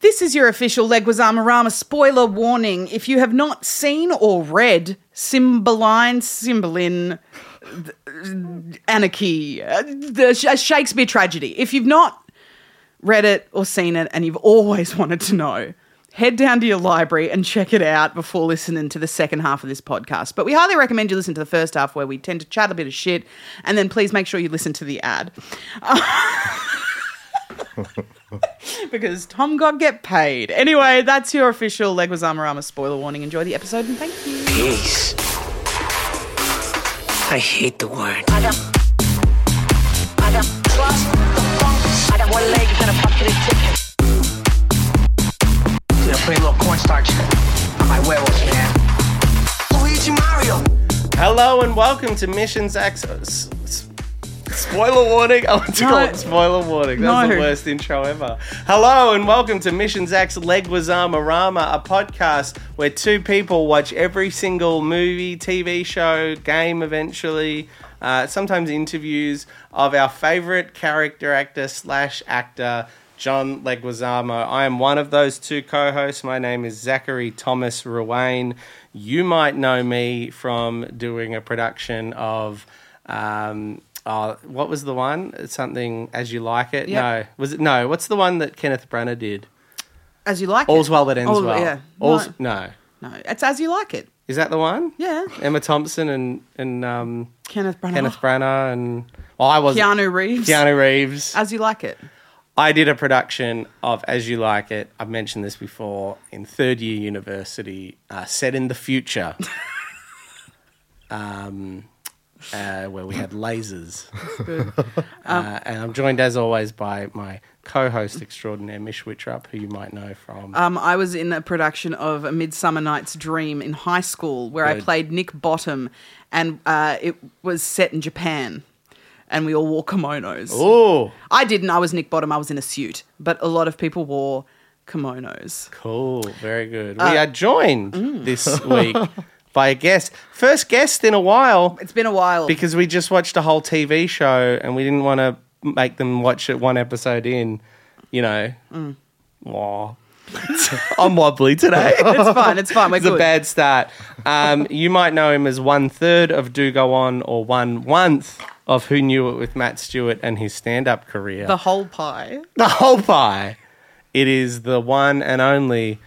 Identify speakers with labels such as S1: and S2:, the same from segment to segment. S1: This is your official Leguizamo Rama spoiler warning. If you have not seen or read Cymbeline, Cymbeline, th- Anarchy, uh, the Sh- a Shakespeare tragedy, if you've not read it or seen it and you've always wanted to know, head down to your library and check it out before listening to the second half of this podcast. But we highly recommend you listen to the first half where we tend to chat a bit of shit, and then please make sure you listen to the ad. because Tom got get paid. Anyway, that's your official Leguizamarama spoiler warning. Enjoy the episode and thank you.
S2: Peace. I hate the word.
S3: I got trust, the funk. I got one leg and a bucket of chicken.
S2: Dude, I put a little cornstarch on my werewolves, man. Luigi Mario.
S4: Hello and welcome to Missions X. uh, s- s- Spoiler warning! I want to call
S1: No.
S4: it spoiler warning. That was
S1: No.
S4: the worst intro ever. Hello and welcome to Missions X Leguizamo Rama, a podcast where two people watch every single movie, TV show, game eventually, uh, sometimes interviews of our favorite character actor slash actor, John Leguizamo. I am one of those two co hosts. My name is Zachary Thomas Ruane. You might know me from doing a production of. Um, oh, what was the one? Something as you like it.
S1: Yeah.
S4: No, was it? No, what's the one that Kenneth Branagh did?
S1: As you like
S4: All's
S1: it.
S4: well that ends
S1: All-
S4: well.
S1: Yeah.
S4: All's
S1: no,
S4: no.
S1: no, it's as you like it.
S4: Is that the one?
S1: Yeah.
S4: Emma Thompson and and um,
S1: Kenneth Branagh.
S4: Kenneth Branagh and well, I was
S1: Keanu Reeves.
S4: Keanu Reeves.
S1: As you like it.
S4: I did a production of As You Like It. I've mentioned this before in third year university, uh, set in the future, um, uh, where we had lasers. uh, and I'm joined as always by my co-host extraordinaire Mish Wittrup, who you might know from.
S1: Um, I was in a production of A Midsummer Night's Dream in high school where I
S4: Good.
S1: played Nick Bottom and uh, it was set in Japan and we all wore kimonos.
S4: oh,
S1: I didn't. I was Nick Bottom. I was in a suit, but a lot of people wore kimonos.
S4: cool, very good.
S1: Uh,
S4: we are joined
S1: mm.
S4: this week by a guest, first guest in a while.
S1: It's been a while.
S4: because we just watched a whole TV show and we didn't want to make them watch it one episode in, you know.
S1: Mm.
S4: Wow. I'm wobbly today.
S1: it's fine. It's fine. We're
S4: it's
S1: good.
S4: a bad start. Um, you might know him as one third of Do Go On or one one th of Who Knew It with Matt Stewart and his stand up career.
S1: the whole pie.
S4: the whole pie. It is the one and only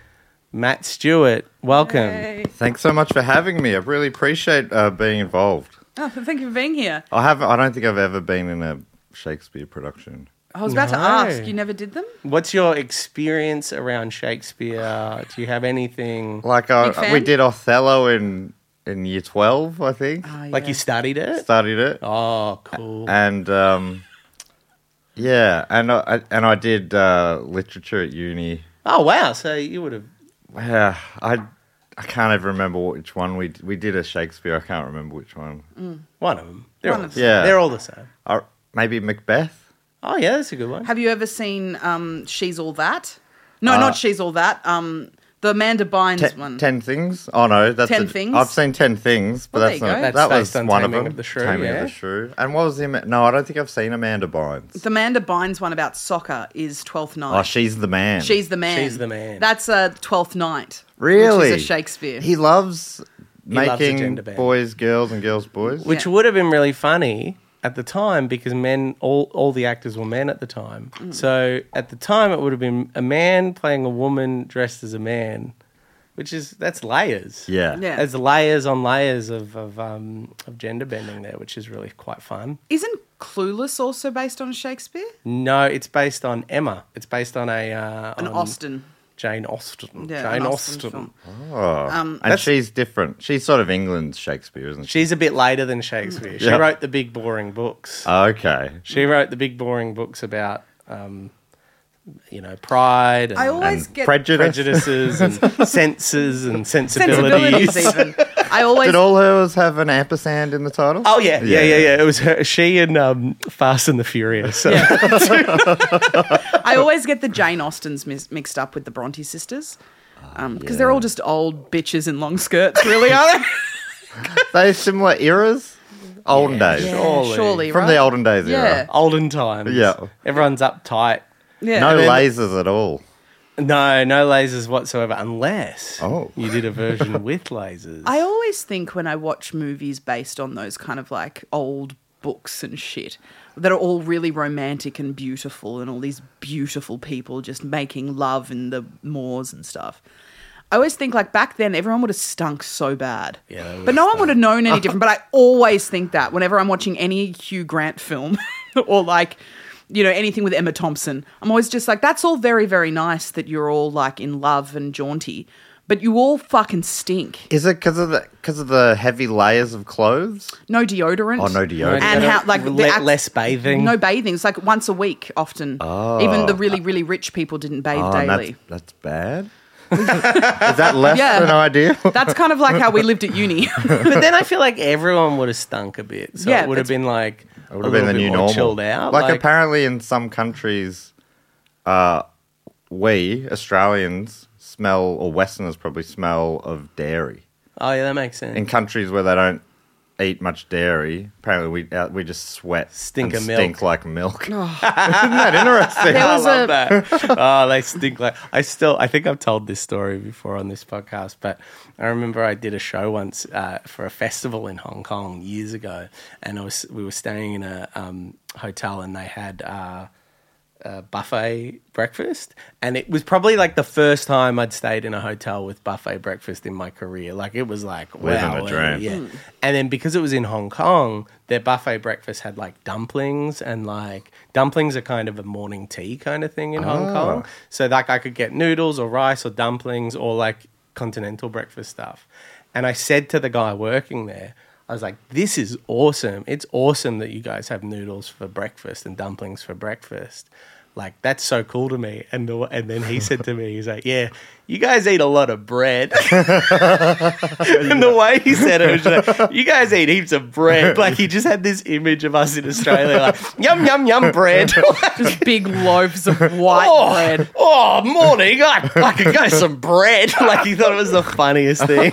S4: Matt Stewart. Welcome.
S5: Thanks so much for having me. I really appreciate uh, being involved.
S1: Oh, thank you for being here.
S5: I have. I don't think I've ever been in a Shakespeare production.
S1: I was about to
S4: No.
S1: ask. You never did them?
S4: What's your experience around Shakespeare? Do you have anything?
S5: Like
S1: Big fan?
S5: I, we did Othello in in year twelve, I think.
S1: Ah.
S4: Like you studied it?
S5: Studied it,
S4: Oh, cool.
S5: and um, yeah, and I and I did uh, literature at uni.
S4: Oh, wow. So you would have.
S5: Yeah, I I can't even remember which one we we did a Shakespeare. I can't remember which one.
S1: Mm.
S4: One of them. They're, all,
S1: of
S4: the same.
S5: Yeah.
S4: They're all the same.
S5: I, maybe Macbeth.
S4: Oh, yeah, that's a good one.
S1: Have you ever seen um, She's All That? No,
S4: Uh,
S1: not She's All That. Um, the Amanda Bynes
S5: Te-
S1: one.
S5: Ten things. Oh no, that's
S1: 10
S5: a-
S1: Things?
S5: I've seen ten things, but
S1: Well,
S5: that's
S1: there you
S5: not.
S1: go.
S4: That's
S5: That was
S4: based on
S5: one of
S4: Taming
S5: them.
S4: of the Shrew,
S5: Taming
S4: yeah.
S5: of the Shrew. And what was the? Ama- No, I don't think I've seen Amanda Bynes.
S1: the Amanda Bynes one about soccer is Twelfth Night.
S5: Oh, she's the man.
S1: She's the man.
S4: She's the man.
S1: That's a Twelfth Night.
S5: really
S1: Which is a Shakespeare.
S5: He loves
S4: loves the
S5: making
S4: gender bend.
S5: boys girls and girls boys.
S4: Which
S1: Yeah.
S4: would have been really funny at the time because men, all, all the actors were men at the time. So at the time, it would have been a man playing a woman dressed as a man, which is, that's layers.
S5: yeah.
S1: Yeah.
S4: There's layers on layers of, of, um, of gender bending there, which is really quite fun.
S1: Isn't Clueless also based on Shakespeare?
S4: No, it's based on Emma. It's based on a uh,
S1: An
S4: on
S1: Austen.
S4: Jane Austen.
S1: Yeah,
S4: Jane
S1: an
S4: Austen.
S1: film.
S5: and she's different. She's sort of England's Shakespeare, isn't she?
S4: She's a bit later than Shakespeare. She
S5: Yeah. Uh,
S4: wrote the big boring books.
S5: okay.
S4: she wrote the big boring books about um, you know, pride and
S1: I always
S5: And
S1: get
S5: prejudice.
S4: prejudices and senses and sensibilities.
S1: sensibilities even. I always
S5: Did all hers have an ampersand in the title?
S4: Oh yeah, yeah,
S5: Yeah.
S4: yeah, yeah. It was her, she and um, Fast and the Furious. So.
S1: I always get the Jane Austens mis- mixed up with the Bronte sisters. Because they're all just old bitches in long skirts, really, are they?
S5: They similar eras, olden days.
S4: Surely.
S1: surely
S5: From
S1: right?
S5: the olden days
S1: Yeah.
S5: era.
S4: Olden times.
S5: Yeah.
S4: Everyone's uptight.
S1: Yeah.
S5: No
S4: then-
S5: lasers at all.
S4: No, no lasers whatsoever, unless
S5: Oh.
S4: you did a version with lasers.
S1: I always think when I watch movies based on those kind of like old books and shit that are all really romantic and beautiful and all these beautiful people just making love in the moors and stuff. I always think like back then everyone would have stunk so bad.
S4: Yeah, they would
S1: But no one would have known any different. But I always think that whenever I'm watching any Hugh Grant film or like you know anything with Emma Thompson, I'm always just like that's all very very nice that you're all like in love and jaunty, but you all fucking stink.
S5: Is it because of the because of the heavy layers of clothes?
S1: no deodorant.
S5: Oh, no deodorant.
S1: And how like
S4: Le-
S1: the act-
S4: less bathing.
S1: No bathing. It's like once a week often. Even the really really rich people didn't bathe
S5: Oh, Ah. and that's
S1: daily.
S5: that's bad. Is that less
S1: Yeah.
S5: than ideal?
S1: That's kind of like how we lived at uni.
S4: but then I feel like everyone would have stunk a bit. So
S1: Yeah,
S4: it would have
S1: that's-
S4: been like
S5: It would have been the new normal.
S4: chilled out.
S5: Like, apparently in some countries, uh, we Australians smell or Westerners probably smell of dairy.
S4: Oh yeah, that makes sense.
S5: In countries where they don't eat much dairy, apparently we uh, we just sweat,
S4: Stink
S5: and
S4: of milk.
S5: stink like milk.
S1: Oh.
S5: Isn't that interesting?
S1: There
S4: I
S1: was
S4: love
S1: a-
S4: that. Oh, they stink like I still. I think I've told this story before on this podcast, but I remember I did a show once uh, for a festival in Hong Kong years ago, and I was we were staying in a um, hotel, and they had. Uh, a buffet breakfast and it was probably like the first time I'd stayed in a hotel with buffet breakfast in my career like it was like
S5: Living
S4: wow
S5: the dream.
S4: yeah Mm. and then because it was in Hong Kong their buffet breakfast had like dumplings and like dumplings are kind of a morning tea kind of thing in Hong Kong so like I could get noodles or rice or dumplings or like continental breakfast stuff and I said to the guy working there I was like, this is awesome. It's awesome that you guys have noodles for breakfast and dumplings for breakfast. Like, that's so cool to me. And, the, and then he said to me, he's like, yeah, you guys eat a lot of bread. and the way he said it was just like, you guys eat heaps of bread. Like, he just had this image of us in Australia, like, yum, yum, yum, bread.
S1: Just big loaves of white
S4: oh,
S1: bread.
S4: oh, morning. I, I could go some bread. Like, he thought it was the funniest thing.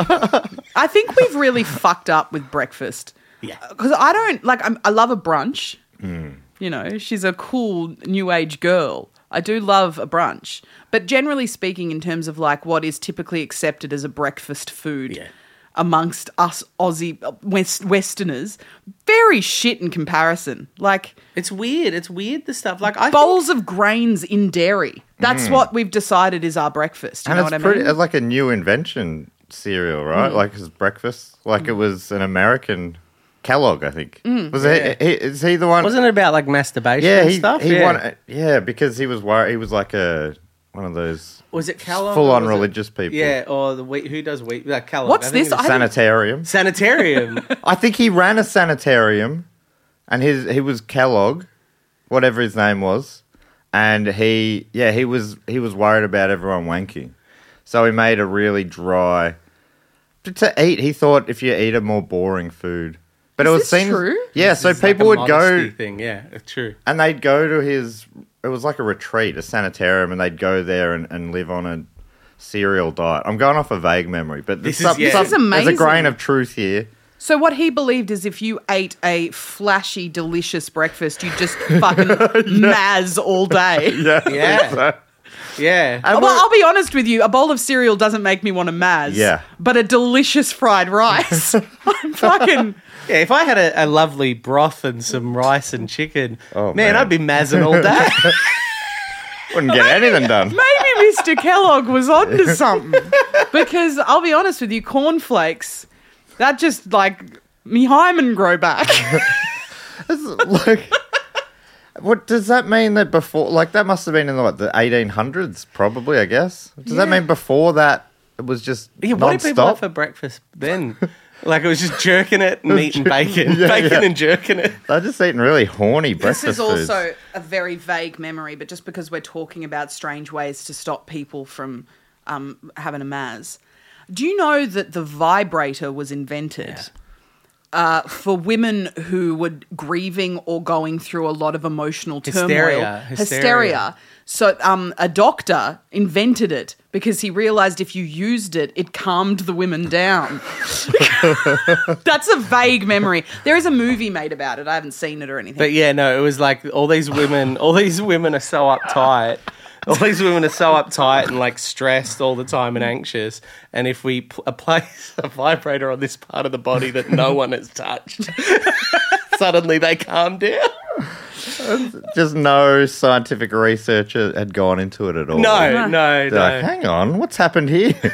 S1: I think we've really fucked up with breakfast.
S4: Yeah. Mm.
S1: Because I don't like. I'm, I love a brunch. You know, she's a cool new age girl. I do love a brunch, but generally speaking, in terms of like what is typically accepted as a breakfast food.
S4: Yeah.
S1: Amongst us Aussie uh, West, Westerners, very shit in comparison. Like
S4: It's weird. It's weird, the stuff. Like, I think- Mm.
S1: bowls of grains in dairy. That's what we've decided is our breakfast. You
S5: and
S1: know what
S5: it's
S1: I mean? Hmm.
S5: pretty it's like a new invention cereal, right? Like his breakfast, like it was an American Kellogg, I think.
S1: Hmm.
S5: Was he, he? Is he the one?
S4: Wasn't it about like masturbation
S5: yeah,
S4: and
S5: he,
S4: stuff?
S5: he
S4: yeah.
S5: won. Yeah, because he was worried. He was like a one of those
S4: was it Kellogg?
S5: full
S4: or
S5: on
S4: was it-
S5: religious people.
S4: Yeah, or the wheat, who does wheat? Like Kellogg.
S1: What's
S4: I think
S1: this?
S4: it was-
S1: I-
S5: sanitarium.
S4: sanitarium.
S5: I think he ran a sanitarium, and his he was Kellogg, whatever his name was, and he yeah he was he was worried about everyone wanking, so he made a really dry to, to eat. He thought if you eat a more boring food, but it
S1: Is
S5: was
S1: this
S5: seems-
S1: true?
S5: Yeah, so
S4: It's like
S5: people
S4: a
S5: would go
S4: modesty Thing. Yeah, it's true.
S5: and they'd go to his. It was like a retreat, a sanitarium, and they'd go there and, and live on a cereal diet. I'm going off a vague memory, but
S4: This is-
S5: some-
S4: yeah.
S5: some-
S4: This
S1: is
S5: there's a grain
S1: amazing.
S5: of truth here.
S1: So what he believed is if you ate a flashy, delicious breakfast, you just fucking mazz all day.
S4: Yeah. yeah.
S5: And
S1: Well,
S5: we're-
S1: I'll be honest with you. A bowl of cereal doesn't make me want to mazz.
S5: Yeah.
S1: But a delicious fried rice, I'm fucking.
S4: Yeah, if I had a, a lovely broth and some rice and chicken,
S5: Oh,
S4: man,
S5: man.
S4: I'd be mazzing all day.
S5: Wouldn't get anything done.
S1: Maybe Mr. Kellogg was onto something. Because I'll be honest with you, cornflakes, that just like me hymen grow back.
S5: like, what does that mean that before? Like, that must have been in the, what, the 1800s, probably. I guess. Does that mean before that it was just
S4: yeah, what do people have
S5: non-stop?
S4: for breakfast then? Like it was just jerking it, meat and bacon,
S5: Yeah,
S4: bacon
S5: yeah.
S4: and jerking it.
S5: They're just eating really horny breakfast
S1: This is
S5: foods.
S1: also a very vague memory, but just because we're talking about strange ways to stop people from um, having a Maz, do you know that the vibrator was invented uh, for women who were grieving or going through a lot of emotional turmoil?
S4: Hysteria. Hysteria.
S1: So um, a doctor invented it because he realized if you used it, it calmed the women down. That's a vague memory. There is a movie made about it. I haven't seen it or anything.
S4: But yeah, no, it was like all these women, all these women are so uptight. All these women are so uptight and like stressed all the time and anxious. And if we pl- apply a vibrator on this part of the body that no one has touched, suddenly they calm down.
S5: Just no scientific research had gone into it at all.
S4: No, no,
S5: They're like,
S4: no.
S5: hang on, what's happened here? this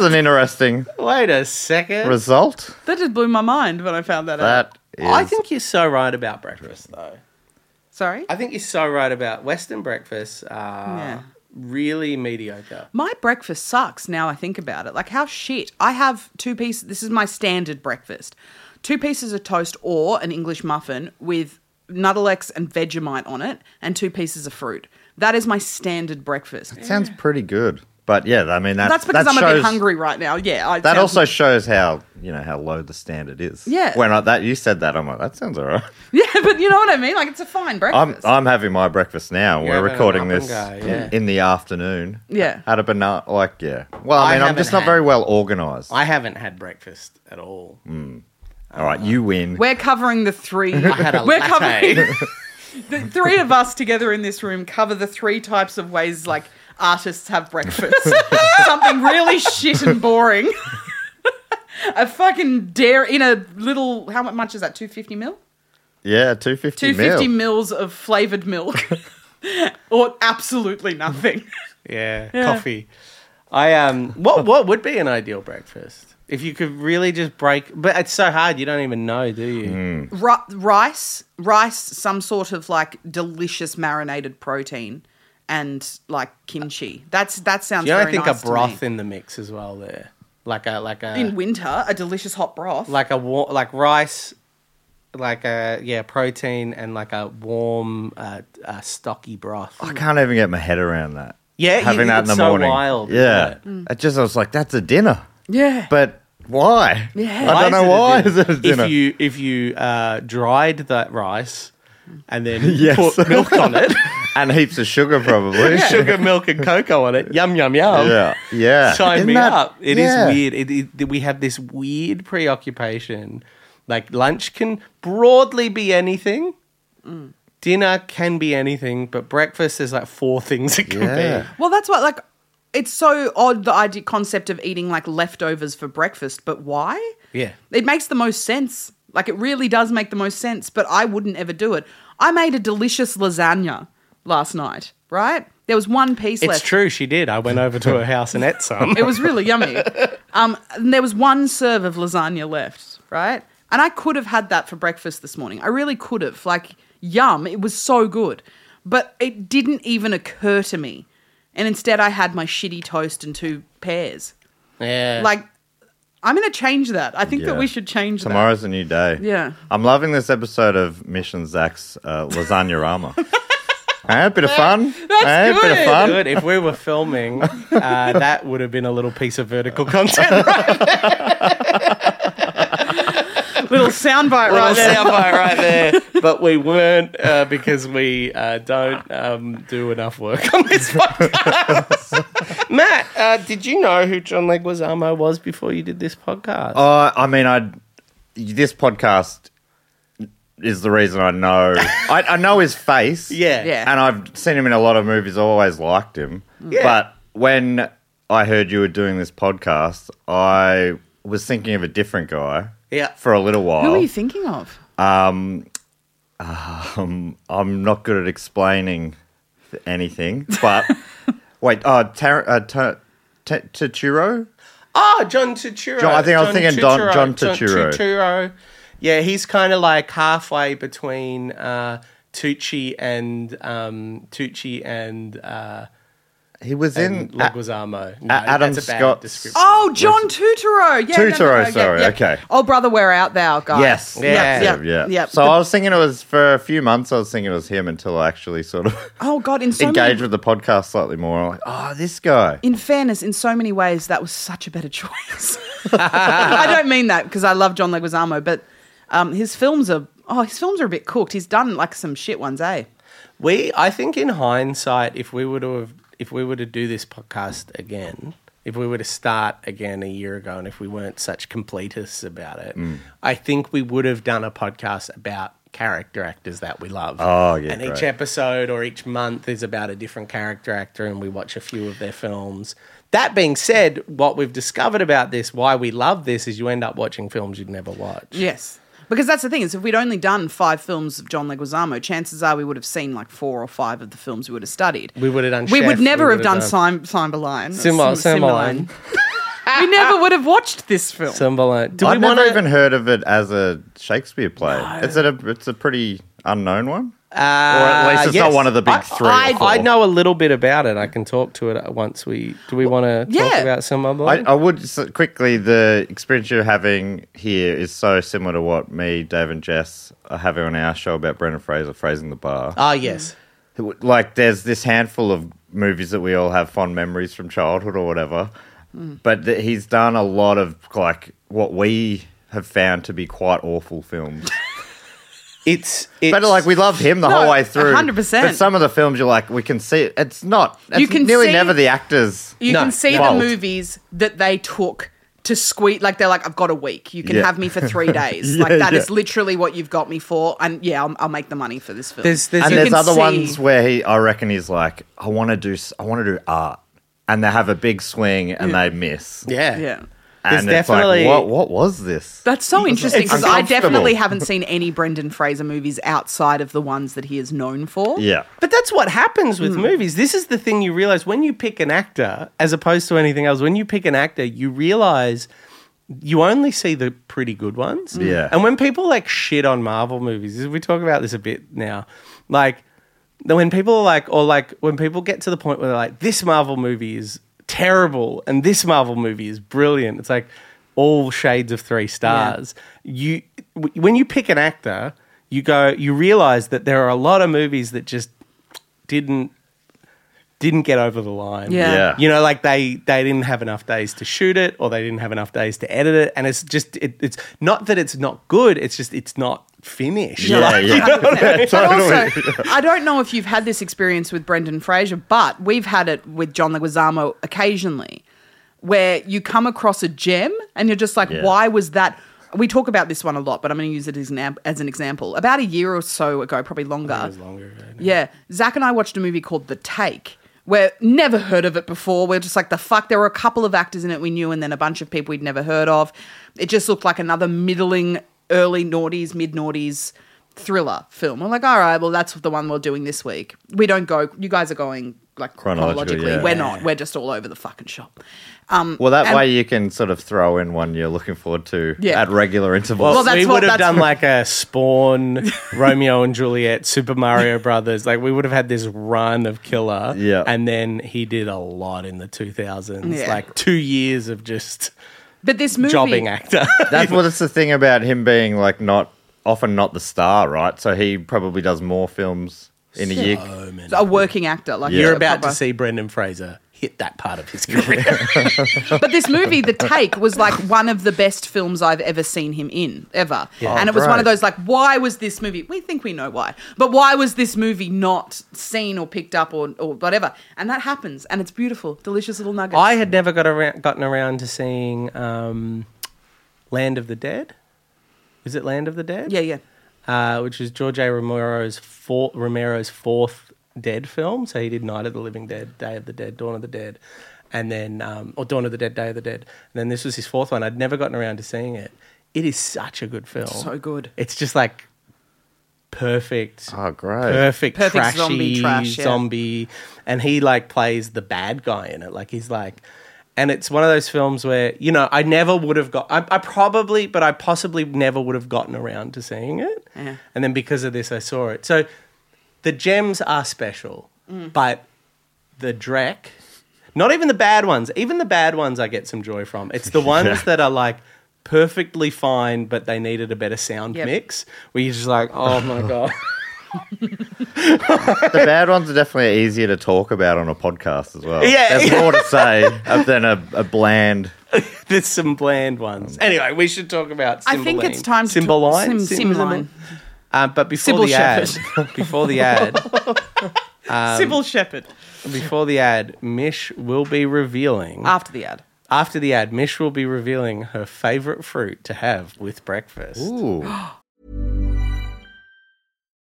S5: is an interesting
S4: Wait a second.
S5: result.
S1: That just blew my mind when I found that, out.
S5: That is.
S4: I think you're so right about breakfast, though.
S1: Sorry?
S4: I think you're so right about Western breakfasts are
S1: Yeah.
S4: really mediocre.
S1: My breakfast sucks now I think about it. Like, how shit. I have two pieces. This is my standard breakfast two pieces of toast or an English muffin with Nuttalex and Vegemite on it, and two pieces of fruit. That is my standard breakfast.
S5: sounds pretty good. But yeah, I mean, that's,
S1: That's because
S5: that
S1: I'm a bit
S5: shows-
S1: hungry right now. Yeah. I
S5: That
S1: sound-
S5: also shows how you know how low the standard is.
S1: Yeah.
S5: When I, that you said that, I'm like, that sounds alright.
S1: Yeah, but you know what I mean? Like, it's a fine
S5: I'm
S1: breakfast.
S5: I'm having my breakfast now.
S4: You're having
S5: We're recording
S4: an up
S5: this
S4: and go,
S5: in-
S4: yeah.
S5: in the afternoon.
S1: Yeah.
S5: Had a banana, like yeah. Well,
S4: I
S5: I mean, I am
S4: haven't
S5: just not
S4: had-
S5: very well organized.
S4: I haven't had breakfast at all.
S5: All right, you win.
S1: We're covering the three.
S4: had a
S1: We're
S4: latte.
S1: covering the three of us together in this room cover the three types of ways like artists have breakfast. Something really shit and boring. a fucking dare in a little. How mu- much is that? Two fifty mil.
S5: yeah, two fifty
S1: Two fifty
S5: mil.
S1: mils of flavored milk, or absolutely nothing.
S4: Yeah, coffee. I um, what what would be an ideal breakfast if you could really just break? But it's so hard, you don't even know, do you?
S1: Ri- rice, rice, some sort of like delicious marinated protein, and like kimchi. That's that sounds.
S4: You know, I
S1: very
S4: think
S1: nice
S4: a
S1: to me.
S4: broth in the mix as well. There, like a like a
S1: in winter, a delicious hot broth.
S4: like a warm like rice, like a yeah protein and like a warm uh, uh stocky broth.
S5: I can't even get my head around that.
S4: Yeah, you
S5: having
S4: think
S5: that in
S4: it's
S5: the
S4: so
S5: morning.
S4: wild, isn't
S5: yeah,
S4: it?
S5: I just I was like, that's a dinner.
S1: yeah,
S5: But why?
S1: Yeah.
S5: I don't know why is
S4: it
S5: it
S4: a
S5: a dinner.
S4: If you if you uh, dried that rice and then
S5: Yes.
S4: put milk on it,
S5: and heaps of sugar probably.
S4: sugar, milk, and cocoa on it, yum yum yum.
S5: Yeah, yeah.
S4: Sign
S5: Isn't
S4: Um, me
S5: that-
S4: up. It is
S5: yeah.
S4: weird. It, it- we have this weird preoccupation. Like lunch can broadly be anything. Dinner can be anything, but breakfast there's like four things it can
S5: Yeah.
S4: be.
S1: well, that's what like. It's so odd the idea concept of eating like leftovers for breakfast, but why?
S4: Yeah.
S1: it makes the most sense. Like it really does make the most sense, but I wouldn't ever do it. I made a delicious lasagna last night. Right, there was one piece
S4: It's
S1: left.
S4: true, she did. I went over to her house and ate some.
S1: It was really yummy. Um, and there was one serve of lasagna left, right? And I could have had that for breakfast this morning. I really could have. Like, yum. It was so good. But it didn't even occur to me. And instead, I had my shitty toast and two pears.
S4: yeah.
S1: Like, I'm going to change that. I think
S5: Yeah.
S1: that we should change that.
S5: Tomorrow's a new day.
S1: Yeah.
S5: I'm loving this episode of Mission Zach's uh, Lasagna Rama. eh, bit of fun. That's eh, Bit of
S1: good.
S5: fun.
S4: Good. If we were filming, uh, that would have been a little piece of vertical content. Right
S1: Little soundbite
S4: little
S1: right there.
S4: soundbite right there. But we weren't uh, because we uh, don't um, do enough work on this podcast. Matt, uh, did you know who John Leguizamo was before you did this podcast?
S5: Uh, I mean, I this podcast is the reason I know. I, I know his face.
S4: yeah.
S1: Yeah.
S5: And I've seen him in a lot of movies. I always liked him.
S4: Mm.
S5: But when I heard you were doing this podcast, I was thinking of a different guy.
S4: Yeah.
S5: For a little while.
S1: Who are you thinking of?
S5: I'm not good at explaining th- anything, but wait, uh, Tar- uh Tar- T- Totoro?
S4: Oh, John Turturro.
S5: John- I think I was thinking Don- John Turturro.
S4: Turturro. Yeah, he's kind of like halfway between uh, Tucci and um, Tucci and uh,
S5: He was in
S4: Leguizamo. No,
S5: A- Adam
S4: that's a bad
S5: Scott's-
S4: description.
S1: Oh, John Tutoro. Yeah,
S5: Turturro, sorry, okay.
S1: Oh, brother, we're out thou, guys.
S5: Yes.
S4: Yeah.
S1: Yep, yep,
S5: yeah.
S1: yep.
S5: So
S1: The-
S5: I was thinking it was for a few months. I was thinking it was him until I actually sort of
S1: oh God, in so
S5: engaged
S1: many,
S5: with the podcast slightly more. I'm like, oh, this guy.
S1: in fairness, in so many ways, that was such a better choice. I don't mean that because I love John Leguizamo, but um, his films are oh, his films are a bit cooked. He's done like some shit ones, eh?
S4: We, I think, in hindsight, if we were to have, if we were to do this podcast again, if we were to start again a year ago, and if we weren't such completists about it,
S5: Mm.
S4: I think we would have done a podcast about character actors that we love.
S5: Oh, yeah,
S4: and each
S5: great.
S4: episode or each month is about a different character actor, and we watch a few of their films. That being said, what we've discovered about this, why we love this, is you end up watching films you'd never watch.
S1: Yes. Because that's the thing is, if we'd only done five films of John Leguizamo, chances are we would have seen like four or five of the films we would have studied.
S4: We would have done.
S1: We
S4: Chef,
S1: would never
S4: we
S1: have
S4: would
S1: done, Sim- Simbaline.
S4: Simba-
S1: Sim-
S4: Simbaline.
S1: we never would have watched this film.
S4: Timberland. Do
S5: I've
S4: we want
S5: never
S4: to
S5: even heard of it as a Shakespeare play. It's a it's a pretty unknown one, or at least it's not
S4: Uh, yes.
S5: one of the big
S4: I-
S5: three. or
S4: I,
S5: four.
S4: I know a little bit about it. I can talk to it once we. Do we want to
S1: yeah.
S4: talk about some of
S5: I,
S4: it?
S5: I would s quickly. The experience you're having here is so similar to what me, Dave, and Jess are having on our show about Brendan Fraser, phrasing the bar.
S4: Ah, yes.
S5: like there's this handful of movies that we all have fond memories from childhood or whatever
S1: Hmm.
S5: but th- he's done a lot of like what we have found to be quite awful films
S4: It's it's
S5: but like we love him the
S1: No,
S5: whole way through
S1: 100%.
S5: but some of the films you're like we can see it. it's not it's
S1: You can
S5: nearly
S1: see-
S5: never the actors
S1: You
S4: No,
S1: can see
S5: no.
S1: the movies that they took to squeeze. Like they're like, I've got a week. You can
S5: Yeah.
S1: have me for three days. like
S5: Yeah,
S1: that is
S5: yeah.
S1: literally what you've got me for. And yeah, I'll, I'll make the money for this film.
S4: There's- there's-
S5: and
S4: you
S5: there's
S1: can
S5: other
S1: see-
S5: ones where he i reckon he's like i want to do s- i want to do art and they have a big swing and they miss
S4: yeah
S1: yeah.
S5: and
S4: There's
S5: it's
S4: definitely-
S5: like what, what was this
S1: That's so interesting because I
S5: uncomfortable.
S1: definitely haven't seen any Brendan Fraser movies outside of the ones that he is known for.
S5: yeah
S4: But that's what happens with movies. This is the thing you realize when you pick an actor, as opposed to anything else. When you pick an actor, you realize you only see the pretty good ones.
S5: Yeah.
S4: And when people like shit on Marvel movies, we talk about this a bit now. Like when people are like, or like when people get to the point where they're like, this Marvel movie is terrible and this Marvel movie is brilliant. It's like all shades of three stars. You w- when you pick an actor. You go. You realize that there are a lot of movies that just didn't didn't get over the line.
S1: Yeah.
S5: Yeah.
S4: You know, like they they didn't have enough days to shoot it or they didn't have enough days to edit it. And it's just it, it's not that it's not good, it's just it's not finished.
S5: yeah,
S4: Like,
S5: yeah.
S1: But also, I don't know if you've had this experience with Brendan Fraser, but we've had it with John Leguizamo occasionally, where you come across a gem and you're just like,
S5: Yeah.
S1: why was that? We talk about this one a lot, but I'm going to use it as an, am- as an example. About a year or so ago, probably longer. yeah, Zach and I watched a movie called The Take. Where never heard of it before. We're just like the fuck. There were a couple of actors in it we knew, and then a bunch of people we'd never heard of. It just looked like another middling, early noughties, mid noughties thriller film. We're like, all right, well, that's the one we're doing this week. We don't go. You guys are going like
S5: Chronological,
S1: chronologically.
S5: yeah.
S1: We're not. We're just all over the fucking shop.
S5: Well, that
S1: And-
S5: way you can sort of throw in one you're looking forward to
S1: Yeah.
S5: at regular intervals.
S1: Well, that-
S4: we
S1: that's
S4: would
S1: what-
S4: have
S1: that's
S4: done
S1: what-
S4: like a Spawn, Romeo and Juliet, Super Mario Brothers. Like we would have had this run of killer.
S5: Yeah.
S4: And then he did a lot in the 2000s.
S1: Yeah.
S4: Like two years of just
S1: But this movie,
S4: jobbing actor.
S5: That's what it's the thing about him being like not often not the star, right? So he probably does more films in a year.
S1: a working actor, like
S4: You're
S1: a
S4: about to
S1: proper-
S4: see Brendan Fraser hit that part of his career.
S1: But this movie, The Take, was like one of the best films I've ever seen him in, ever. and it was one of
S5: great.
S1: those like, why was this movie? We think we know why, but why was this movie not seen or picked up or, or whatever? And that happens, and it's beautiful, delicious little nuggets.
S4: I had never got around, gotten around to seeing um, Land of the Dead. Is it Land of the Dead?
S1: yeah, yeah.
S4: Uh, which is George A. Romero's four, Romero's fourth Dead film. So he did Night of the Living Dead, Day of the Dead, Dawn of the Dead, and then um, or Dawn of the Dead, Day of the Dead. And then this was his fourth one. I'd never gotten around to seeing it. It is such a good film.
S1: So good.
S4: It's just like perfect
S5: Oh, great.
S4: perfect,
S1: Perfect
S4: trashy zombie,
S1: zombie trash, yeah.
S4: and he like plays the bad guy in it. Like he's like, and it's one of those films where you know I never would have got. I, I probably, but I possibly never would have gotten around to seeing it.
S1: Yeah.
S4: And then because of this, I saw
S1: Mm.
S4: it. So the gems are special, but the dreck Not even the bad ones. Even the bad ones, I get some joy from. It's the ones that are like perfectly fine, but they needed a better sound
S1: Yep.
S4: mix. Where you're just like, oh my god.
S5: The bad ones are definitely easier to talk about on a podcast as well.
S4: Yeah.
S5: There's more to say than a, a bland.
S4: There's some bland ones. Anyway, we should talk about.
S1: I think
S4: Cymbeline.
S1: it's time to
S4: Cymbeline?
S1: talk- Cym-
S4: Cym-
S1: Cymbeline.
S4: Um, but before
S1: Sybil
S4: the ad, before the ad,
S1: Sybil Shepherd.
S4: before the ad, Mish will be revealing
S1: After the ad.
S4: after the ad. Mish will be revealing her favorite fruit to have with breakfast.
S5: Ooh.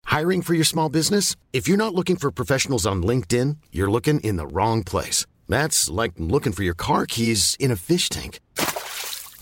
S6: Hiring for your small business? If you're not looking for professionals on LinkedIn, you're looking in the wrong place. That's like looking for your car keys in a fish tank.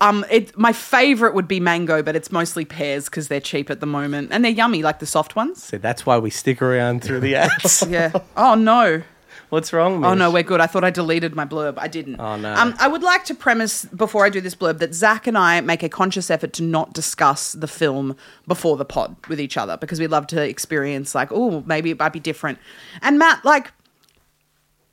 S1: Um, it, my favorite would be mango, but it's mostly pears because they're cheap at the moment and they're yummy, like the soft ones.
S4: So that's why we stick around through the ads.
S1: Yeah. Oh no.
S4: What's wrong? Mish?
S1: Oh no, we're good. I thought I deleted my blurb. I didn't.
S4: Oh, no.
S1: Um, I would like to premise before I do this blurb that Zach and I make a conscious effort to not discuss the film before the pod with each other because we love to experience like, oh, maybe it might be different. And Matt, like,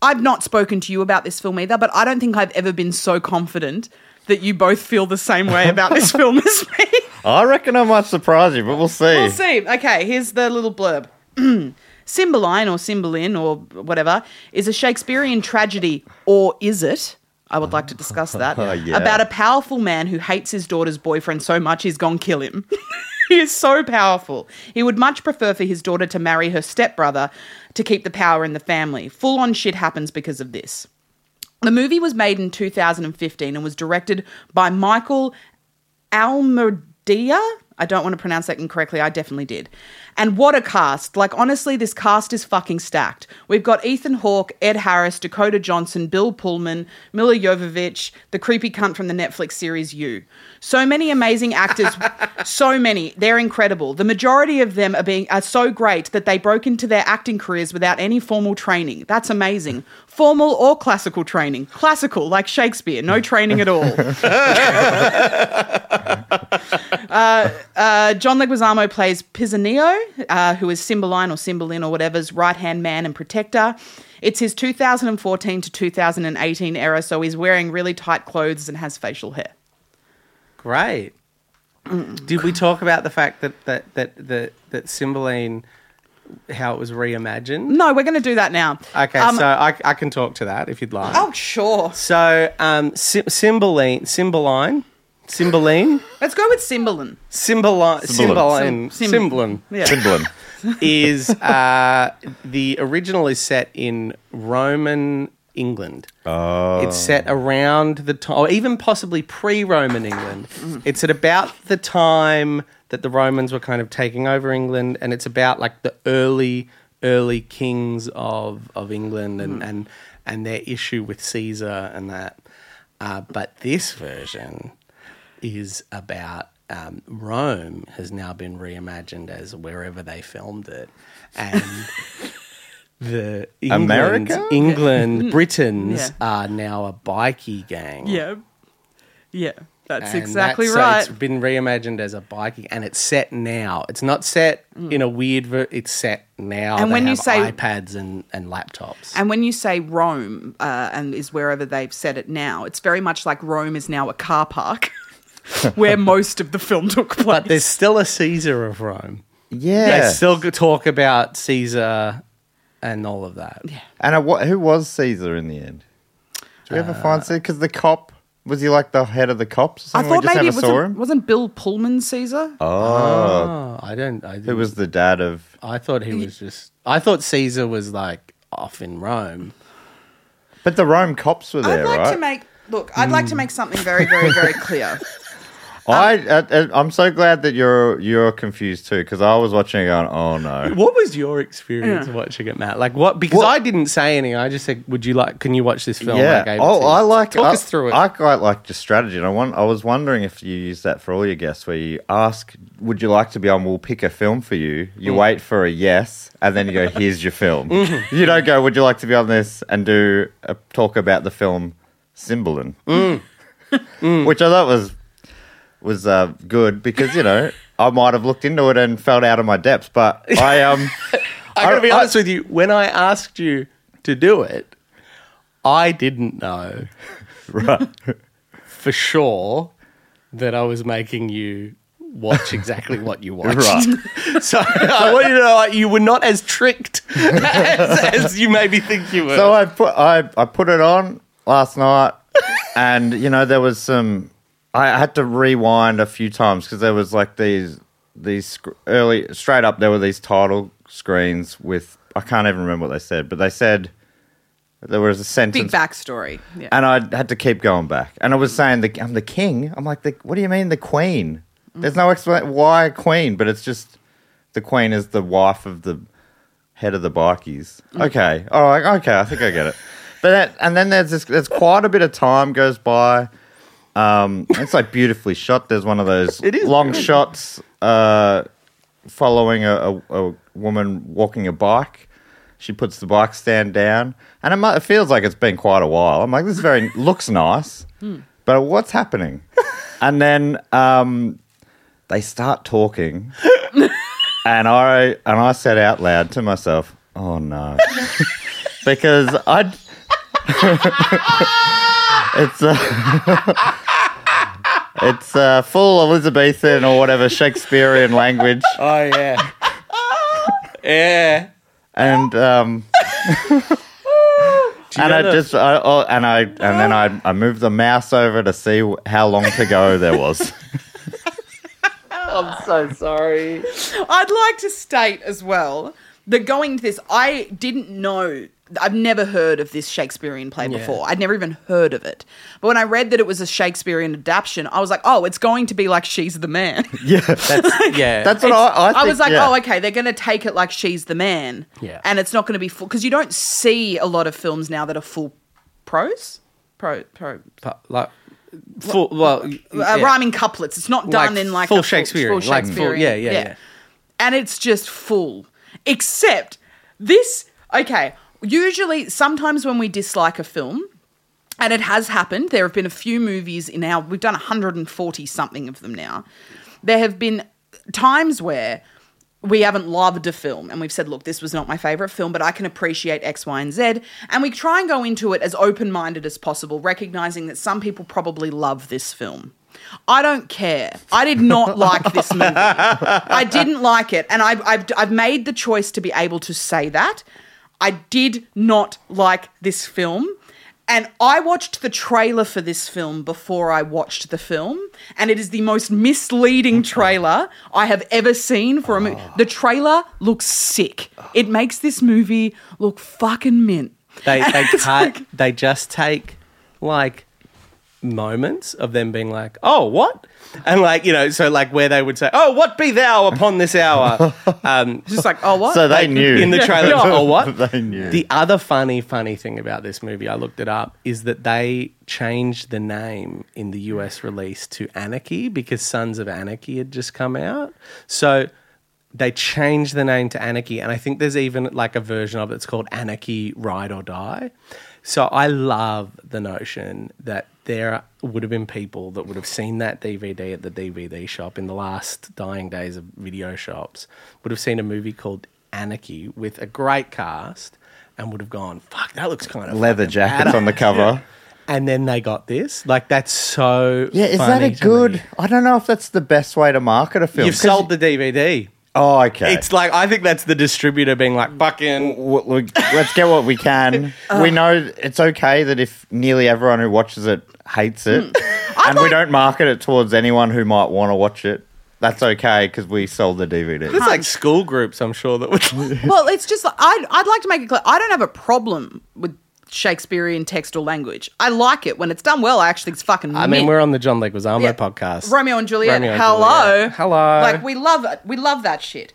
S1: I've not spoken to you about this film either, but I don't think I've ever been so confident that you both feel the same way about this film as me.
S5: I reckon I might surprise you, but we'll see.
S1: We'll see. Okay, here's the little blurb. Cymbeline or Cymbeline or whatever is a Shakespearean tragedy, or is it? I would like to discuss that.
S5: Yeah.
S1: About a powerful man who hates his daughter's boyfriend so much he's gone kill him. he is so powerful. He would much prefer for his daughter to marry her stepbrother to keep the power in the family. Full on shit happens because of this. The movie was made in 2015 and was directed by Michael Almerdia. I don't want to pronounce that incorrectly. I definitely did. And what a cast. Like, honestly, this cast is fucking stacked. We've got Ethan Hawke, Ed Harris, Dakota Johnson, Bill Pullman, Mila Jovovich, the creepy cunt from the Netflix series You. So many amazing actors. so many. They're incredible. The majority of them are, being, are so great that they broke into their acting careers without any formal training. That's amazing. Formal or classical training. Classical, like Shakespeare. No training at all. Uh, John Leguizamo plays Pisanio, uh, who is Cymbeline or Cymbeline or whatever's right hand man and protector. It's his 2014 to 2018 era, so he's wearing really tight clothes and has facial hair.
S4: Great. Did we talk about the fact that that that that, that Cymbeline, how it was reimagined?
S1: No, we're going to do that now.
S4: Okay,
S1: Um,
S4: so I, I can talk to that if you'd like.
S1: oh, sure.
S4: So, um, Cy- Cymbeline, Cymbeline, Cymbeline,
S1: Let's go with Cymbeline.
S4: Cymbeline, Cymbeline,
S5: Cymbeline.
S1: Cym-
S4: Cymbeline
S1: Yeah.
S5: Timbaland.
S4: is uh, the original is set in Roman England. Oh. It's set around the time, or even possibly pre-Roman England. it's at about the time that the Romans were kind of taking over England, and it's about like the early, early kings of of England and and and their issue with Caesar and that. Uh, but this version is about um, Rome has now been reimagined as wherever they filmed it, and the England,
S5: America?
S4: England, Britons
S1: Yeah.
S4: are now a bikey gang.
S1: Yeah. Yeah. That's
S4: And
S1: exactly
S4: that's-
S1: right.
S4: So it's been reimagined as a biking, and it's set now. It's not set in a weird. Ver- it's set now.
S1: Mm. And
S4: They
S1: when you
S4: have
S1: say-
S4: iPads and, and laptops,
S1: And when you say Rome, uh, and is wherever they've said it now, it's very much like Rome is now a car park where most of the film took place.
S4: but there's still a Caesar of Rome.
S5: Yeah.
S4: They still g- talk about Caesar and all of that.
S5: and I, wa- who was Caesar in the end? Do we ever find Caesar? Because the cop, was he like the head of the cops or
S1: Uh, I
S5: something?
S1: thought
S5: we just
S1: maybe it
S5: never saw
S1: wasn't,
S5: him?
S1: wasn't Bill Pullman Caesar.
S4: Oh, I don't. I
S5: Who was the dad of.
S4: I thought he was just. I thought Caesar was like off in Rome.
S5: But the Rome cops were
S1: I'd
S5: there,
S1: like
S5: right?
S1: to make look. I'd like to make something very, very, very clear.
S5: I, I I'm so glad that you're you're confused too because I was watching it going, oh no.
S4: What was your experience watching it, Matt? Like what? Because
S5: Well-
S4: I didn't say anything. I just said, "Would you like? Can you watch this film?" I
S5: Yeah.
S4: gave it
S5: Oh,
S4: to
S5: I
S4: you.
S5: like.
S4: Talk
S5: I,
S4: us through it.
S5: I quite like the strategy, and I want. I was wondering if you use that for all your guests, where you ask, "Would you like to be on?" We'll pick a film for you.
S4: Mm.
S5: You wait for a yes, and then you go, "Here's your film."
S4: Mm-hmm.
S5: You don't go, "Would you like to be on this?" and do a talk about the film Cymbeline,
S4: Mm.
S5: which I thought was was uh, good because you know I might have looked into it and felt out of my depth, but I um.
S4: I gotta be
S5: I-
S4: honest with you. When I asked you to do it, I didn't know
S5: Right.
S4: for sure that I was making you watch exactly what you watched.
S5: Right.
S4: So I want you to know like, you were not as tricked as, as you maybe think you were.
S5: So I put I, I put it on last night, and you know there was some. I had to rewind a few times because there was like these these sc- early straight up there were these title screens with I can't even remember what they said, but they said there was a
S1: Big
S5: sentence.
S1: backstory. Yeah.
S5: And I had to keep going back, and I was saying the, I'm the king. I'm like, the, what do you mean the queen? There's no explanation why queen, but it's just the queen is the wife of the head of the bikies.
S4: Mm.
S5: Okay. All right. Okay. I think I get it. But that, and then there's this, there's quite a bit of time goes by. Um, it's like beautifully shot. There's one of those
S4: It is
S5: long
S4: good.
S5: shots uh, following a, a, a woman walking a bike. She puts the bike stand down, and it, mu- it feels like it's been quite a while. I'm like, this is very looks nice, but what's happening? and then um, they start talking, and I and I said out loud to myself, "Oh no," because I. it's uh, it's uh, full Elizabethan or whatever Shakespearean language,
S4: oh yeah, Oh, yeah.
S5: and um, and I
S4: know that-
S5: just I, oh, and I and then I I moved the mouse over to see wh- how long to go there was.
S4: I'm so sorry.
S1: I'd like to state as well that going to this, I didn't know. I've never heard of this Shakespearean play before. I'd never even heard of it. But when I read that it was a Shakespearean adaptation, I was like, oh, it's going to be like She's the Man.
S4: yeah,
S5: That's what I, I,
S1: I
S5: think,
S1: was like,
S5: yeah.
S1: oh, okay, they're going to take it like she's the man.
S4: Yeah.
S1: And it's not going to be full. Because you don't see a lot of films now that are full prose? Pro, pro,
S4: Pa- like full. Well,
S1: uh,
S4: yeah.
S1: rhyming couplets. It's not done in like
S4: full
S1: a
S4: Shakespearean, like full- yeah, yeah, yeah.
S1: And it's just full. Except this. Okay, usually sometimes when we dislike a film. And it has happened. There have been a few movies in our, we've done 140 something of them now. There have been times where we haven't loved a film and we've said, look, this was not my favorite film, but I can appreciate X, Y, and Z. And we try and go into it as open minded as possible, recognizing that some people probably love this film. I don't care. I did not like this movie. I didn't like it. And I've, I've, I've made the choice to be able to say that. I did not like this film. And I watched the trailer for this film before I watched the film, and it is the most misleading trailer I have ever seen for a movie.
S4: Ah.
S1: The trailer looks sick. It makes this movie look fucking mint.
S4: they they
S1: It's
S4: cut. they just take like moments of them being like, "Oh, what?" And like you know, so like where they would say, "Oh, what be thou upon this hour?" um,
S1: Just like, oh what?
S5: So they knew
S4: in the trailer. Oh, what?
S5: they knew.
S4: The other funny, funny thing about this movie, I looked it up, is that they changed the name in the US release to Anarchy because Sons of Anarchy had just come out. So they changed the name to Anarchy, and I think there's even like a version of it. It's called Anarchy Ride or Die. So I love the notion that there would have been people that would have seen that DVD at the DVD shop in the last dying days of video shops, would have seen a movie called Anarchy with a great cast and would have gone, fuck, that looks kind of
S5: leather
S4: fucking
S5: jackets
S4: badass."
S5: on the cover.
S4: And then they got this. Like, that's so.
S5: Yeah, is that a
S4: funny to me.
S5: good? I don't know if that's the best way to market a film.
S4: You've
S5: 'Cause-
S4: sold the DVD.
S5: Oh, okay.
S4: It's like, I think that's the distributor being like, fucking.
S5: W- w- Let's get what we can.
S4: Uh.
S5: we know it's okay that if nearly everyone who watches it hates it,
S4: Hmm.
S5: and we don't market it towards anyone who might want to watch it, that's okay because we sold the DVD.
S4: It's like school groups, I'm sure, that would.
S1: well, it's just like, I'd, I'd like to make it clear I don't have a problem with Shakespearean textual language. I like it when it's done well. I actually think it's fucking.
S4: I mean, we're on the John Leguizamo
S1: Yeah.
S4: podcast.
S1: Romeo and Juliet.
S4: Romeo and
S1: hello,
S4: Juliet. Hello.
S1: Like we love it. We love that shit.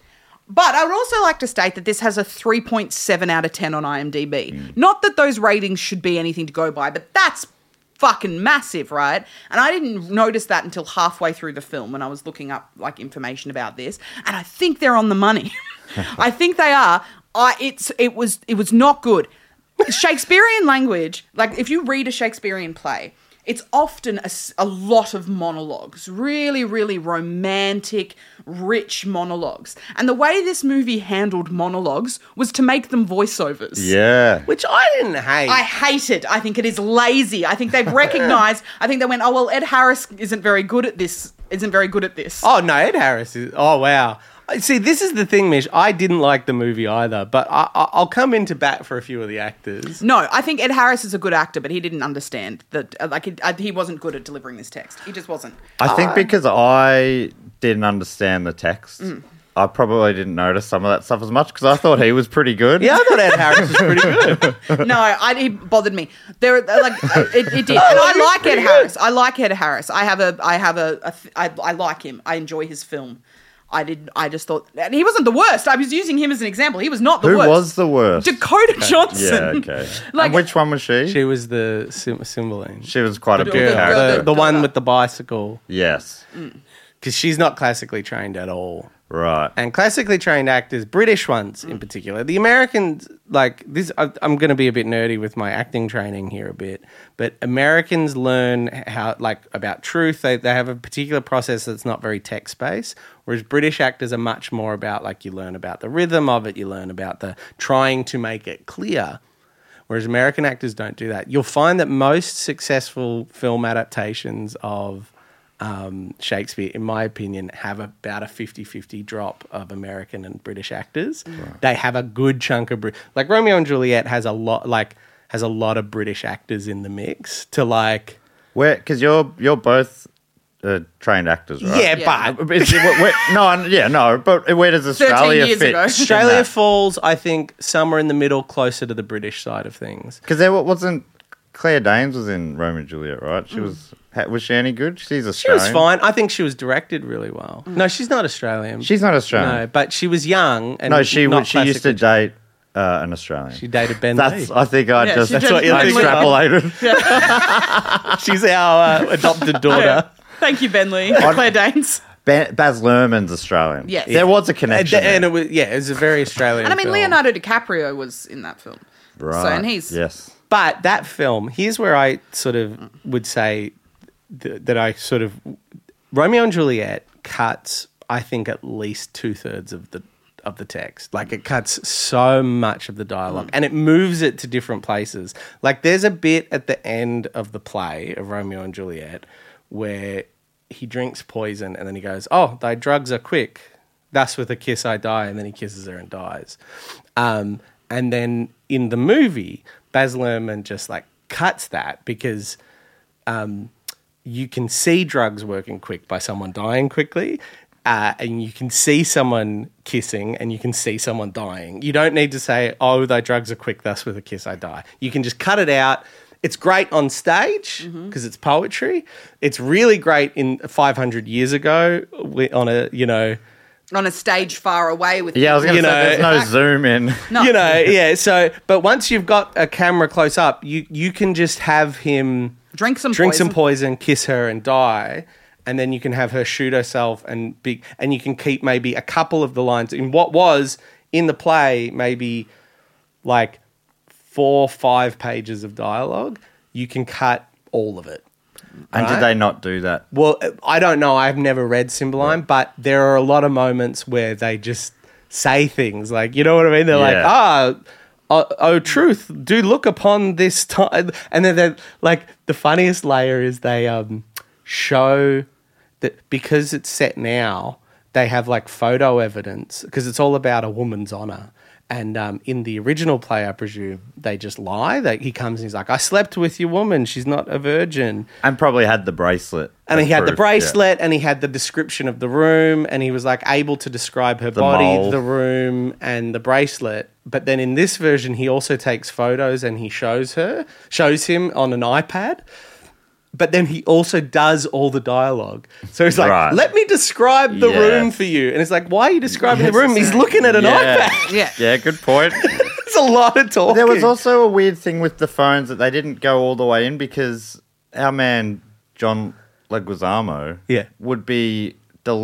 S1: But I would also like to state that this has a 3.7 out of 10 on IMDb.
S4: Mm.
S1: Not that those ratings should be anything to go by, but that's fucking massive, right? And I didn't notice that until halfway through the film when I was looking up like information about this, and I think they're on the money. I think they are. I it's it was it was not good. Shakespearean language, like if you read a Shakespearean play, it's often a, s- a lot of monologues, really, really romantic, rich monologues. And the way this movie handled monologues was to make them voiceovers.
S5: Yeah.
S4: Which I didn't hate.
S1: I hate it. I think it is lazy. I think they've recognized. I think they went, oh well, Ed Harris isn't very good at this. Isn't very good at this.
S4: Oh no, Ed Harris is. Oh wow. I- See, this is the thing, Mish. I didn't like the movie either, but I, I, I'll come into bat for a few of the actors.
S1: No, I think Ed Harris is a good actor, but he didn't understand that. uh, Like he, uh, he wasn't good at delivering this text. He just wasn't.
S5: I think because I didn't understand the text,
S4: Hmm.
S5: I probably didn't notice some of that stuff as much because I thought he was pretty good.
S4: Yeah, I thought Ed Harris was pretty good.
S1: No, I, he bothered me. There, uh, like uh, it, it did, and I like Ed Harris. I like Ed Harris. I have a, I have a, a th- I, I like him. I enjoy his film. I did. I just thought, and he wasn't the worst. I was using him as an example. He was not the
S5: Who
S1: worst.
S5: was the worst?
S1: Dakota Johnson?
S5: yeah, okay.
S1: Like-
S5: and which one was she?
S4: She
S5: She,
S4: was the cy- Cymbeline.
S5: was quite a
S1: The
S5: big
S1: girl-
S5: character.
S4: the, the
S1: Got
S4: Hmm. one
S1: that.
S4: with the bicycle,
S5: yes.
S4: because she's not classically trained at all.
S5: Right.
S4: And classically trained actors, British ones in particular, the Americans, like this, I, I'm going to be a bit nerdy with my acting training here a bit, but Americans learn how, like, about truth. They, they have a particular process that's not very text based, whereas British actors are much more about, like, you learn about the rhythm of it, you learn about the trying to make it clear whereas American actors don't do that. You'll find that most successful film adaptations of um, Shakespeare, in my opinion, have about a 50 50 drop of American and British actors. They have a good chunk of Brit, like Romeo and Juliet has a lot, like, has a lot of British actors in the mix to like.
S5: Where? Because you're you're both uh, trained actors, right?
S4: Yeah,
S1: Yeah.
S4: but
S5: Is it- where- where- no, I- yeah, no. But where does
S1: 13
S5: Australia
S1: years
S5: fit?
S1: ago.
S4: Australia falls, I think, somewhere in the middle, closer to the British side of things.
S5: Because there wa- wasn't Claire Danes was in Romeo and Juliet, right? She was ha- was she any good? She's
S4: Hmm. She
S5: Australian.
S4: was fine. I think she was directed really well. No, she's not Australian.
S5: She's not Australian.
S4: No, but she was young and
S5: No, she
S4: not
S5: would. She used to
S4: classically-
S5: date uh, an Australian.
S4: She dated Ben
S5: That's.
S4: Lee.
S5: I think I
S1: Yeah,
S5: just
S1: she That's what
S4: you
S5: I
S4: think.
S5: extrapolated.
S4: She's our uh, adopted daughter.
S1: Thank you, Ben Lee. Claire Danes.
S5: Ba- Baz Luhrmann's Australian.
S1: Yes.
S5: there was a
S4: And,
S5: connection.
S4: and it was yeah, it was a very Australian.
S1: And I mean,
S4: film.
S1: Leonardo DiCaprio was in that film.
S5: there. right.
S1: So, and he's
S5: yes.
S4: But that film, here's where I sort of would say th- that I sort of Romeo and Juliet cuts, I think, at least two thirds of the of the text. Like it cuts so much of the dialogue, and it moves it to different places. Like there's a bit at the end of the play of Romeo and Juliet where he drinks poison, and then he goes, "Oh, thy drugs are quick." Thus, with a kiss, I die, and then he kisses her and dies. Um, and then in the movie, Baz Luhrmann just like cuts that because you can see drugs working quick by someone dying quickly. Uh, and you can see someone kissing and you can see someone dying. You don't need to say, oh, thy drugs are quick, thus with a kiss I die. You can just cut it out. It's great on stage because it's poetry. It's really great in 500 years ago wi- on a, you know,
S1: on a stage far away with.
S5: Yeah, I was gonna
S4: You
S5: say
S4: know-
S5: there's no zoom in.
S4: you know, yeah. So, but once you've got a camera close up, you, you can just have him
S1: Drink some
S4: drink
S1: poison.
S4: some poison, kiss her, and die. And then you can have her shoot herself, and be, and you can keep maybe a couple of the lines in what was in the play, maybe like four, five pages of dialogue. You can cut all of it.
S5: And did they not do that?
S4: Well, I don't know. I've never read Cymbeline, but there are a lot of moments where they just say things like, you know what I mean? They're like,
S5: Yeah.
S4: ah. Oh, oh, truth! Do look upon this time, and then they like the funniest layer is they um show that because it's set now, they have like photo evidence because it's all about a woman's honor, And um, in the original play, I presume they just lie. That he comes and he's like, "I slept with your woman. She's not a virgin."
S5: And probably had the bracelet.
S4: And
S5: as
S4: he had the
S5: proof, yeah.
S4: bracelet, and he had the description of the room, and he was like able to describe her body,
S5: mole.
S4: the room, and the bracelet. But then in this version, he also takes photos and he shows her, shows him on an iPad. But then he also does all the dialogue. So he's like,
S5: Right.
S4: let me describe the
S5: Yeah.
S4: room for you. And it's like, why are you describing the
S5: Yes,
S4: room? He's looking at an
S5: Yeah.
S4: iPad.
S1: Yeah.
S5: Yeah, good point.
S4: It's a lot of talking.
S5: there was also a weird thing with the phones that they didn't go all the way in because our man John Leguizamo
S4: Yeah.
S5: would be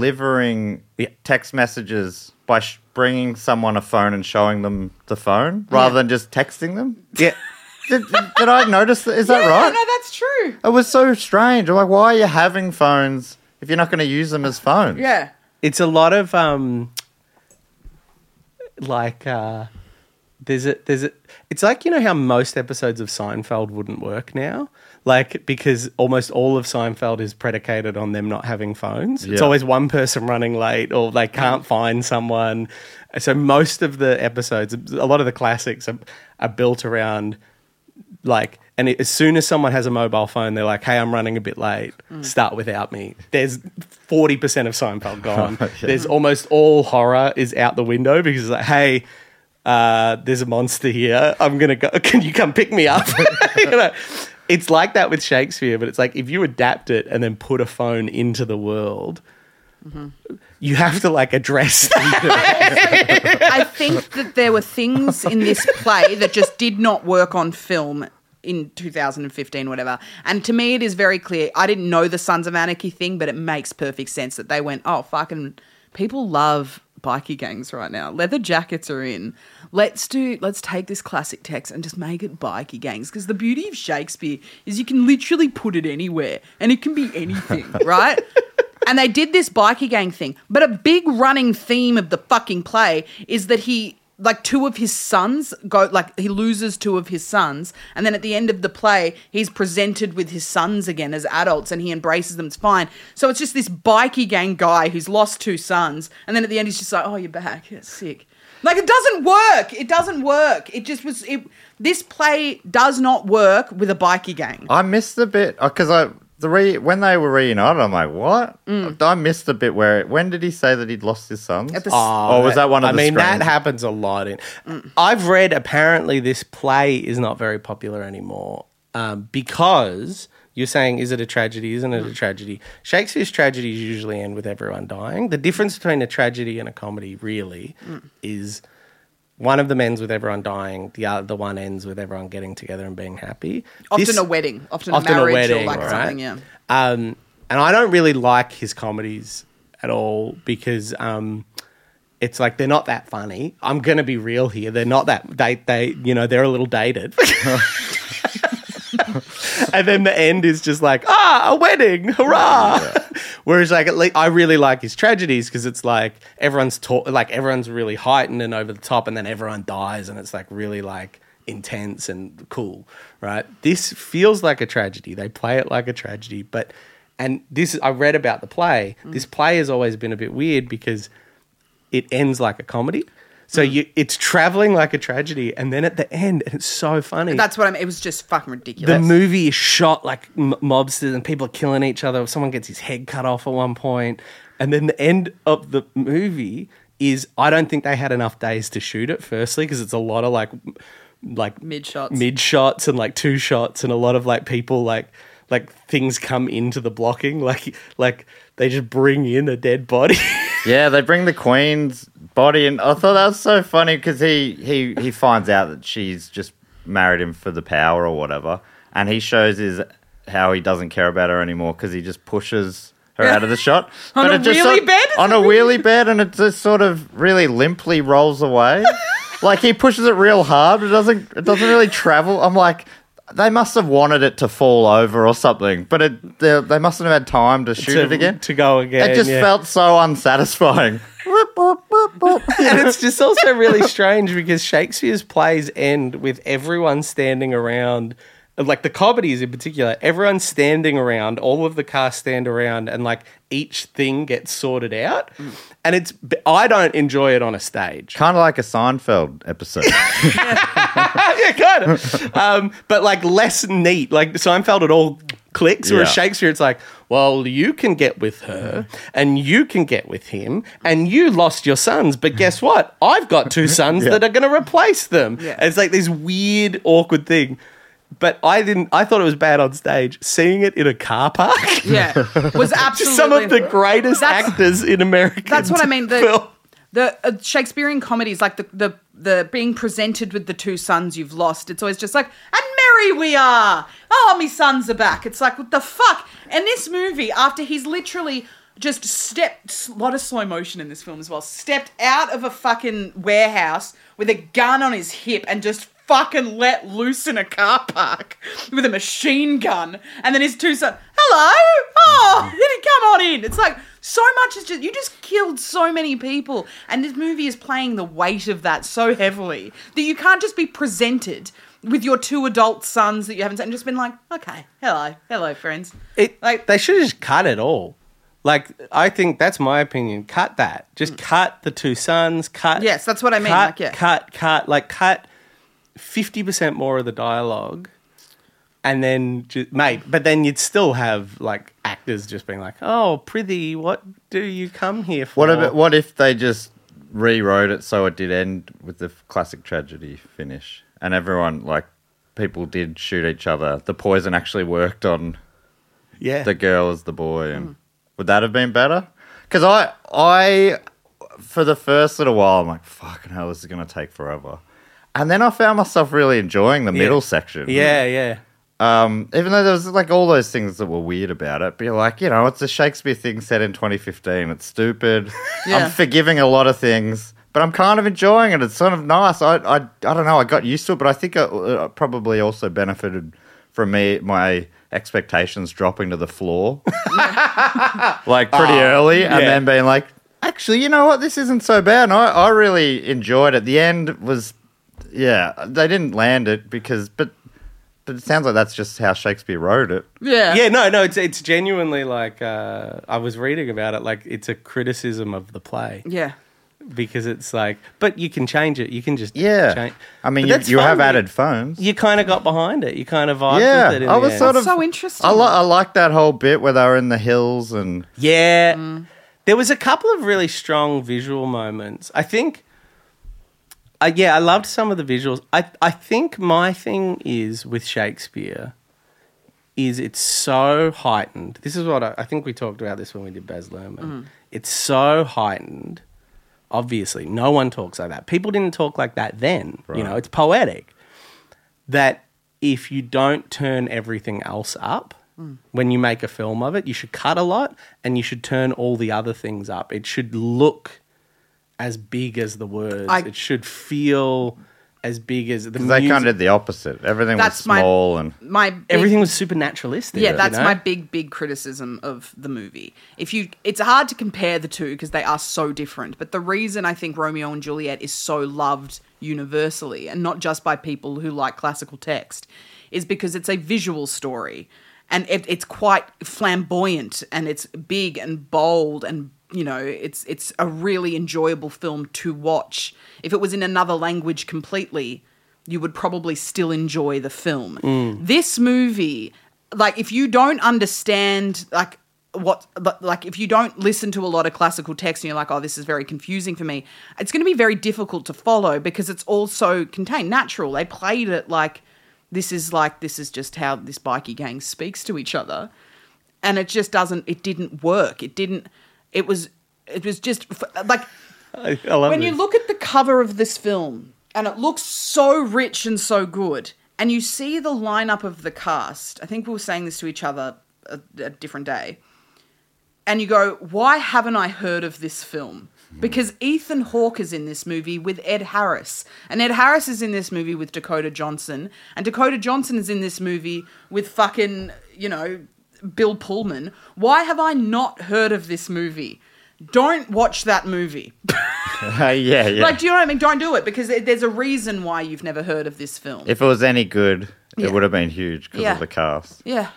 S5: delivering
S4: Yeah.
S5: text messages by sh- bringing someone a phone and showing them the phone rather than just texting them.
S4: yeah.
S5: Did, did I notice that? Is that
S1: Yeah,
S5: right?
S1: no, that's true.
S5: It was so strange. I'm like, why are you having phones if you're not going to use them as phones?
S1: Yeah.
S4: it's a lot of um like uh there's a there's a it's like you know how most episodes of Seinfeld wouldn't work now like because almost all of Seinfeld is predicated on them not having phones it's
S5: Yeah.
S4: always one person running late or they can't find someone so most of the episodes a lot of the classics are, are built around like and it, as soon as someone has a mobile phone they're like hey i'm running a bit late start without me there's 40% of seinfeld gone there's almost all horror is out the window because it's like hey uh, there's a monster here i'm gonna go can you come pick me up you know it's like that with shakespeare but it's like if you adapt it and then put a phone into the world you have to like address that
S1: I think that there were things in this play that just did not work on film in 2015, whatever. And to me, it is very clear. I didn't know the Sons of Anarchy thing, but it makes perfect sense that they went, oh, fucking people love bikie gangs right now. Leather jackets are in. Let's do, let's take this classic text and just make it bikie gangs. Because the beauty of Shakespeare is you can literally put it anywhere and it can be anything, right? And they did this bikie gang thing. But a big running theme of the fucking play is that he like two of his sons go like he loses two of his sons and then at the end of the play he's presented with his sons again as adults and he embraces them it's fine so it's just this bikie gang guy who's lost two sons and then at the end he's just like oh you're back that's sick like it doesn't work it doesn't work it just was it this play does not work with a bikie gang
S4: Oh,
S5: I missed the bit because I the re, when they were reunited, I'm like, what? I missed the bit where when did he say that he'd lost his sons?
S1: Mm. At the s-
S5: or was that one of
S4: I
S5: the?
S4: mean, Oh, that
S5: screens?
S4: happens a lot. In I've read apparently this play is not very popular anymore um, because you're saying, is it a tragedy? Isn't it a tragedy? Shakespeare's tragedies usually end with everyone dying. The difference between a tragedy and a comedy really is one of them ends with everyone dying, the other the one ends with everyone getting together and being happy.
S1: often
S4: This-
S1: a wedding often,
S4: often
S1: a
S4: a
S1: marriage
S4: wedding,
S1: or like
S4: right?
S1: something yeah
S4: Um, and I don't really like his comedies at all because um, it's like they're not that funny. I'm gonna be real here. They're not that they they you know they're a little dated. and then the end is just like ah a wedding hurrah. Whereas like at least I really like his tragedies because it's like everyone's ta- like everyone's really heightened and over the top, and then everyone dies, and it's like really like intense and cool, right? This feels like a tragedy. They play it like a tragedy, but and this I read about the play. This play has always been a bit weird because it ends like a comedy. So you, it's traveling like a tragedy, and then at the end, and it's so funny.
S1: that's what i mean it was just fucking
S4: the
S1: ridiculous
S4: movie is shot like m- mobsters, and people are killing each other. Someone gets his head cut off at one point, and then the end of the movie is I don't think they had enough days to shoot it. Firstly, because it's a lot of like, m- like
S1: mid shots
S4: mid shots and like two shots and a lot of like people like like things come into the blocking like like they just bring in a dead body
S5: Yeah, they bring the queen's body, and I thought that was so funny because he he he finds out that she's just married him for the power or whatever, and he shows his how he doesn't care about her anymore because he just pushes her out of the shot
S1: On a
S5: it just
S1: wheelie
S5: sort-
S1: bed?
S5: on a wheelie bed, and it just sort of really limply rolls away. like he pushes it real hard, but it doesn't it doesn't really travel. I'm like. They must have wanted it to fall over or something, but it, they, they mustn't have had time to shoot
S4: to,
S5: it again.
S4: to go again
S5: It just
S4: yeah.
S5: felt so unsatisfying.
S4: and it's just also really strange because Shakespeare's plays end with everyone standing around like the comedies in particular, everyone's standing around, all of the cast stand around, and like each thing gets sorted out. And it's, I don't enjoy it on a stage.
S5: Kind of like a Seinfeld episode.
S4: yeah, kind of. um, but like less neat. Like Seinfeld, it all clicks. Whereas
S5: Yeah.
S4: Shakespeare, it's like, well, you can get with her, and you can get with him, and you lost your sons, but guess what? I've got two sons that are going to replace them. And It's like this weird, awkward thing. But I didn't. I thought it was bad on stage. Seeing it in a car park.
S1: Yeah, was absolutely
S4: Just some of the greatest
S1: That's-
S4: actors in America.
S1: That's what I mean.
S4: film.
S1: The, the uh, Shakespearean comedies, like the, the the being presented with the two sons you've lost, it's always just like, and merry we are. Oh, me sons are back. It's like, what the fuck? And this movie, after he's literally just stepped, a lot of slow motion in this film as well, stepped out of a fucking warehouse with a gun on his hip and just fucking let loose in a car park with a machine gun. And then his two sons, hello, oh, did he come on in? It's like, so much is just you just killed so many people and this movie is playing the weight of that so heavily that you can't just be presented with your two adult sons that you haven't seen and just been like okay hello hello friends
S4: It
S1: Like-
S4: like they should just cut it all. Like I think that's my opinion. Cut that. Just cut the two sons. Cut.
S1: Mm. Yes, that's what I mean,
S4: Cut,
S1: like, yeah.
S4: cut, cut. Like cut fifty percent more of the dialogue, and then just mate. But then you'd still have like actors just being like, "Oh, prithee, what do you come here for?"
S5: what, if, what if they just rewrote it so it did end with the f- classic tragedy finish? And everyone, like, people did shoot each other. The poison actually worked on
S4: yeah.
S5: the girl as the boy.
S4: Hmm.
S5: And would that have been better? Because I, I, for the first little while, I'm like, fucking hell, this is gonna take forever. And then I found myself really enjoying the middle section.
S4: yeah, yeah.
S5: Um, even though there was like all those things that were weird about it, but you're like, you know, it's a Shakespeare thing set in 2015. It's stupid.
S1: Yeah.
S5: I'm forgiving a lot of things, but I'm kind of enjoying it. It's sort of nice. I, I, I don't know. I got used to it, but I think it, uh probably also benefited from me my expectations dropping to the floor, like pretty early, and
S4: yeah.
S5: then being like, actually, you know what? This isn't so bad. And I, I really enjoyed it. The end was, yeah, they didn't land it because, but. But it sounds like that's just how Shakespeare wrote it.
S1: yeah
S4: Yeah, no, no, it's it's genuinely like uh, I was reading about it. Like it's a criticism of the play.
S1: yeah
S4: because it's like, but you can change it. You can just
S5: Yeah.
S4: Change.
S5: I mean,
S4: But
S5: you,
S4: that's
S5: you
S4: fun,
S5: have
S4: you-
S5: added phones.
S4: You kind of got behind it. You kind of vibed
S5: Yeah,
S4: with it. in
S5: I
S4: the
S5: was
S4: end.
S5: sort of-
S1: so interesting
S5: I, li- I like that whole bit where they were in the hills and
S4: Yeah. There was a couple of really strong visual moments. I think I yeah, I loved some of the visuals. I I think my thing is with Shakespeare is it's so heightened. This is what I, I think we talked about this when we did Baz Luhrmann.
S1: Mm.
S4: It's so heightened. Obviously, no one talks like that. People didn't talk like that then. You know, it's poetic. that if you don't turn everything else up
S1: Mm.
S4: when you make a film of it, you should cut a lot and you should turn all the other things up. It should look as big as the words.
S1: I-
S4: it should feel as big as the
S5: they
S4: music.
S5: kind of did the opposite. Everything was
S1: That's my-
S5: small and
S1: my big-
S4: everything was super naturalistic.
S1: yeah
S4: you
S1: that's
S4: know?
S1: my big big criticism of the movie if you it's hard to compare the two because they are so different but the reason i think romeo and juliet is so loved universally and not just by people who like classical text is because it's a visual story and it, it's quite flamboyant and it's big and bold and you know it's it's a really enjoyable film to watch if it was in another language completely you would probably still enjoy the film. This movie, like if you don't understand like what like if you don't listen to a lot of classical text and you're like oh this is very confusing for me it's going to be very difficult to follow because it's also contained natural they played it like this is like this is just how this bikie gang speaks to each other and it just doesn't it didn't work it didn't it was it was just f- like
S4: I, I love
S1: when
S4: this.
S1: you look at the cover of this film and it looks so rich and so good and you see the lineup of the cast i think we were saying this to each other a, a different day and you go why haven't i heard of this film
S4: Hmm.
S1: because ethan hawke is in this movie with ed harris and ed harris is in this movie with dakota johnson and dakota johnson is in this movie with fucking you know bill pullman why have i not heard of this movie don't watch that movie
S5: yeah, yeah.
S1: like, do you know what I mean? Don't do it because there- there's a reason why you've never heard of this film.
S5: if it was any good, It would have been huge because
S1: Yeah.
S5: of the cast.
S1: Yeah.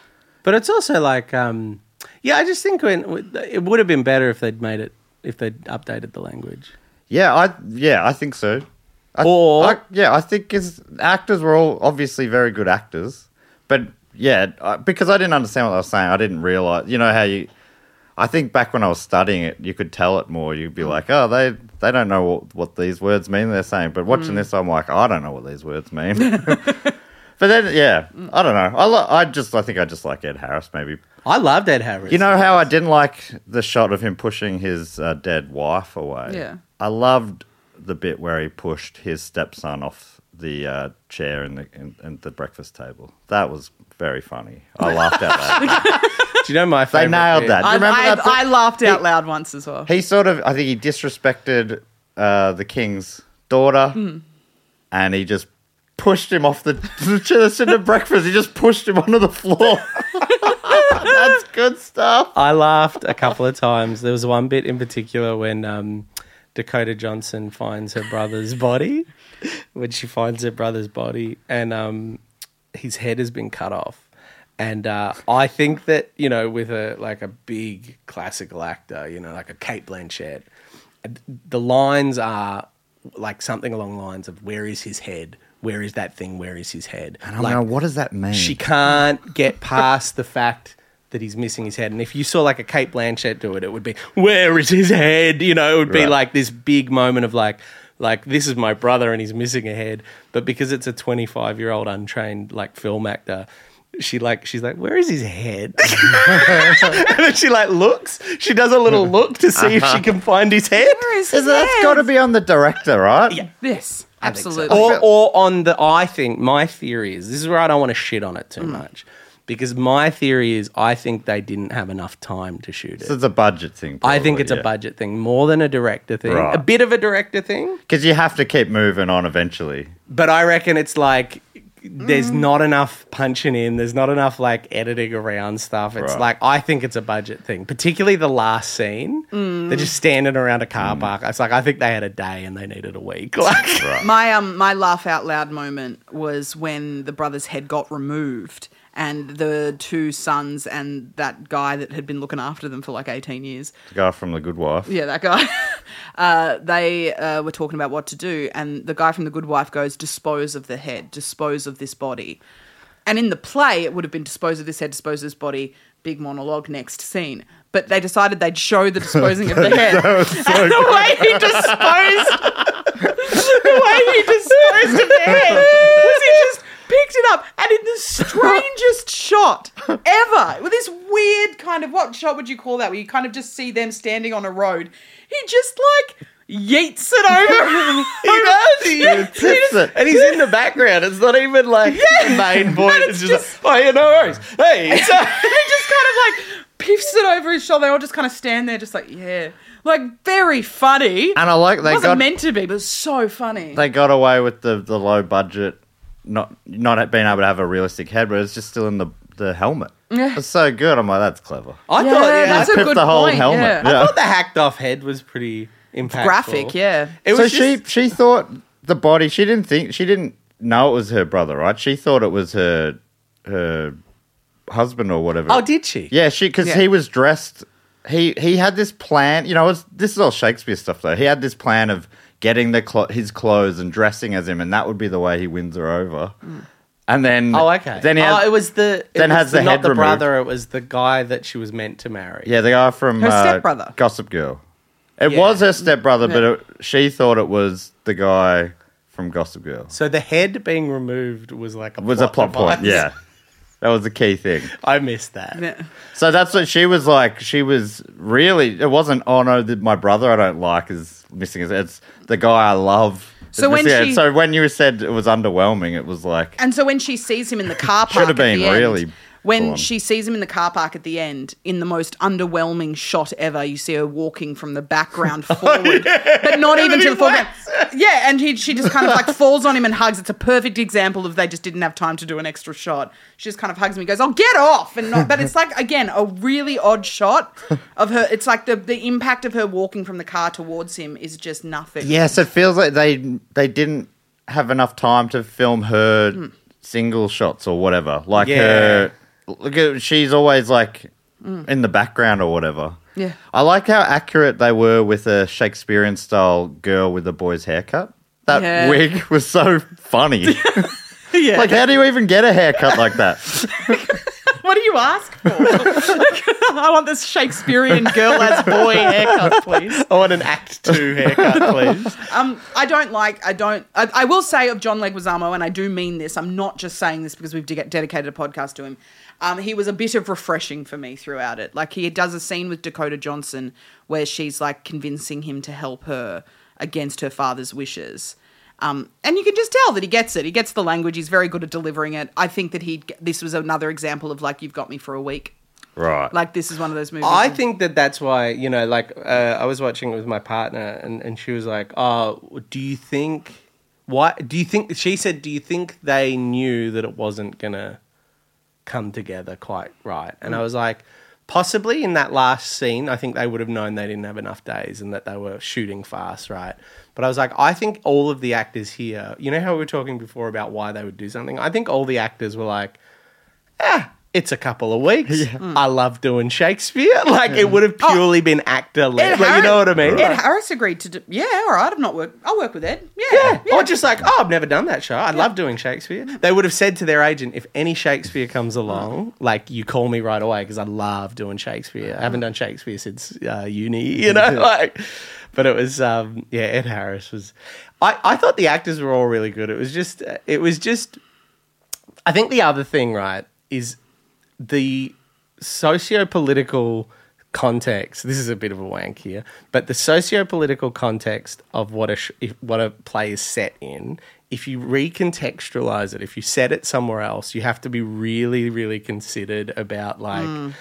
S4: But it's also like, um, yeah, I just think when it would have been better if they'd made it if they'd updated the language.
S5: Yeah, I yeah, I think so. I,
S4: Or-
S5: I- yeah, I think his actors were all obviously very good actors, but yeah, I, because I didn't understand what I was saying, I didn't realize. You know how you, I think back when I was studying it, you could tell it more. You'd be like, oh, they they don't know what, what these words mean. They're saying, but watching this, I'm like, I don't know what these words mean. but then, yeah, I don't know. I li- I just I think I just like Ed Harris maybe.
S4: I loved Ed Harris.
S5: You know how I didn't like the shot of him pushing his uh, dead wife away.
S1: Yeah.
S5: I loved the bit where he pushed his stepson off the uh, chair in the in, in the breakfast table. That was very funny. I laughed at that.
S4: do you know my
S5: they
S4: favorite?
S5: nailed
S4: bit?
S5: that. Do you
S1: I,
S5: remember
S1: I,
S5: that? bit?
S1: I laughed out loud once as well.
S5: he sort of, I think he disrespected uh, the king's daughter,
S1: Hmm.
S5: and he just pushed him off the the chair that's in the breakfast. He just pushed him onto the floor. That's good stuff.
S4: I laughed a couple of times. There was one bit in particular when um, Dakota Johnson finds her brother's body. When she finds her brother's body, and um, his head has been cut off. And uh, I think that you know, with a like a big classical actor, you know, like a Kate Blanchett, the lines are like something along the lines of "Where is his head? Where is that thing? Where is his head?"
S5: I don't
S4: Like,
S5: know what does that mean.
S4: she can't get past the fact that he's missing his head. And if you saw like a Kate Blanchett do it, it would be where is his head? You know, it would be
S5: Right.
S4: like this big moment of like like this is my brother and he's missing a head. But because it's a 25 year old untrained like film actor. She like she's like, where is his head? and then she like looks. She does a little look to see if she can find his head.
S5: So that's got to be on the director, right? Yeah.
S1: Yes, absolutely.
S4: Or, or on the, I think my theory is this is where I don't want to shit on it
S5: Hmm.
S4: too much, because my theory is I think they didn't have enough time to shoot it.
S5: So it's a budget thing.
S4: I think it's a budget thing more than a director thing,
S5: Right.
S4: a bit of a director thing.
S5: Because you have to keep moving on eventually.
S4: But I reckon it's like there's
S5: Mm.
S4: not enough punching in, there's not enough like editing around stuff. It's
S5: Right.
S4: like I think it's a budget thing, particularly the last scene.
S5: Mm.
S4: They're just standing around a car park. It's like I think they had a day and they needed a week. Like,
S1: My um my laugh out loud moment was when the brother's head got removed and the two sons and that guy that had been looking after them for like 18 years.
S5: The guy from The Good Wife.
S1: Yeah, that guy. uh, they uh, were talking about what to do and the guy from the good wife goes dispose of the head, dispose of this body. And in the play it would have been dispose of this head, dispose of this body, big monologue next scene. But they decided they'd show the disposing of the head. and the way he disposed the way he disposed of the head was he just picked it up and in the strangest shot ever with this weird kind of what shot would you call that where you kind of just see them standing on a road he just like yeets it over he does he,
S5: Tips it.
S4: And he's in the background. It's not even like the main voice. It's, just, like, oh, yeah, no worries. Hey, it's
S1: So he just kind of like piffs it over his shoulder they all just kind of stand there just like yeah like very funny
S5: And I like
S1: it
S5: they
S1: wasn't
S5: got
S1: meant to be but it's so funny
S5: they got away with the, the low budget, not not being able to have a realistic head, but it's just still in the the helmet.
S1: Yeah.
S5: It's so good. I'm like, that's clever.
S4: I
S1: yeah,
S4: thought, yeah,
S1: that's
S4: I
S1: a
S5: Pip
S1: good
S5: the whole
S1: point,
S5: helmet.
S1: yeah.
S5: Yeah.
S4: thought the hacked off head was pretty impactful.
S1: graphic yeah
S4: It
S5: so
S4: was just,
S5: she she thought the body. She didn't think she didn't know it was her brother, right? She thought it was her her husband or whatever.
S4: Oh, did she?
S5: Yeah, she because
S1: Yeah.
S5: he was dressed. He he had this plan. You know, it's, this is all Shakespeare stuff though. He had this plan of getting the clo- his clothes and dressing as him, and that would be the way he wins her over. And then
S4: Mm. Oh, okay.
S5: Then he
S4: oh,
S5: has-
S4: it was the. It
S5: then
S4: was
S5: has the
S4: not
S5: head
S4: the
S5: removed.
S4: brother. It was the guy that she was meant to marry.
S5: yeah the guy from
S1: Her
S5: uh,
S1: stepbrother.
S5: Gossip Girl. It
S4: Yeah.
S5: was her stepbrother, but it, she thought it was the guy from Gossip Girl.
S4: So the head being removed was like a
S5: It was
S4: plot
S5: a plot
S4: device.
S5: point. Yeah, that was the key thing.
S4: I missed that.
S1: yeah.
S5: So that's what she was like. She was really. It wasn't. Oh no, th- my brother I don't like is missing. His, it's the guy I love. is
S1: So when
S5: missing it.
S1: she-
S5: so when you said it was underwhelming, it was like
S1: And so when she sees him in the car park,
S5: Should have
S1: at the
S5: been
S1: end,
S5: really
S1: When
S5: full on.
S1: she sees him in the car park at the end, in the most underwhelming shot ever, you see her walking from the background
S5: Oh,
S1: forward, but not even to the foreground. Yeah, and he, she just kind of like falls on him and hugs. It's a perfect example of they just didn't have time to do an extra shot. She just kind of hugs me, goes, "Oh, get off!" And not, but it's like again a really odd shot of her. It's like the the impact of her walking from the car towards him is just nothing. Hmm.
S5: yes, it feels like they they didn't have enough time to film her single shots or whatever. Like
S4: Yeah.
S5: her, look at she's always like in the background or whatever.
S1: Hmm. Yeah.
S5: I like how accurate they were with a Shakespearean style girl with a boy's haircut. That
S1: Yeah.
S5: wig was so funny.
S1: yeah.
S5: like, how do you even get a haircut like that?
S1: what do you ask for? I want this Shakespearean girl as boy haircut, please.
S4: I want an Act Two haircut, please.
S1: Um, I don't like. I don't. I, I will say of John Leguizamo, and I do mean this. I'm not just saying this because we've de- dedicated a podcast to him. Um, he was a bit of refreshing for me throughout it. Like he does a scene with Dakota Johnson where she's like convincing him to help her against her father's wishes. Um, and you can just tell that he gets it. He gets the language. He's very good at delivering it. I think that he. This was another example of like you've got me for a week.
S5: Right.
S1: Like this is one of those movies.
S4: I
S1: that-
S4: think that that's why you know, like, uh, I was watching it with my partner, and, and she was like, "Oh, do you think why? Do you think?" She said, "Do you think they knew that it wasn't gonna come together quite right?" And I was like, "Possibly in that last scene, I think they would have known they didn't have enough days and that they were shooting fast, right?" But I was like, "I think all of the actors here, you know how we were talking before about why they would do something. I think all the actors were like." "Ah, it's a couple of weeks. I love doing Shakespeare. Like it would have purely been actor led.
S1: Ed
S4: Like, you know what I
S1: Harris-
S4: mean?
S1: Ed Harris agreed to. Do, yeah, all right. I've not worked. I'll work with Ed. Yeah,
S4: yeah. Or just like, oh, I've never done that show. I love doing Shakespeare. They would have said to their agent, if any Shakespeare comes along, like you call me right away because I love doing Shakespeare. I haven't done Shakespeare since uh, uni, you know. Like, but it was, um, yeah. Ed Harris was. I I thought the actors were all really good. It was just, uh, it was just. I think the other thing, right, is the socio-political context this is a bit of a wank here but the socio-political context of what a sh- if, what a play is set in if you recontextualize it if you set it somewhere else you have to be really really considered about like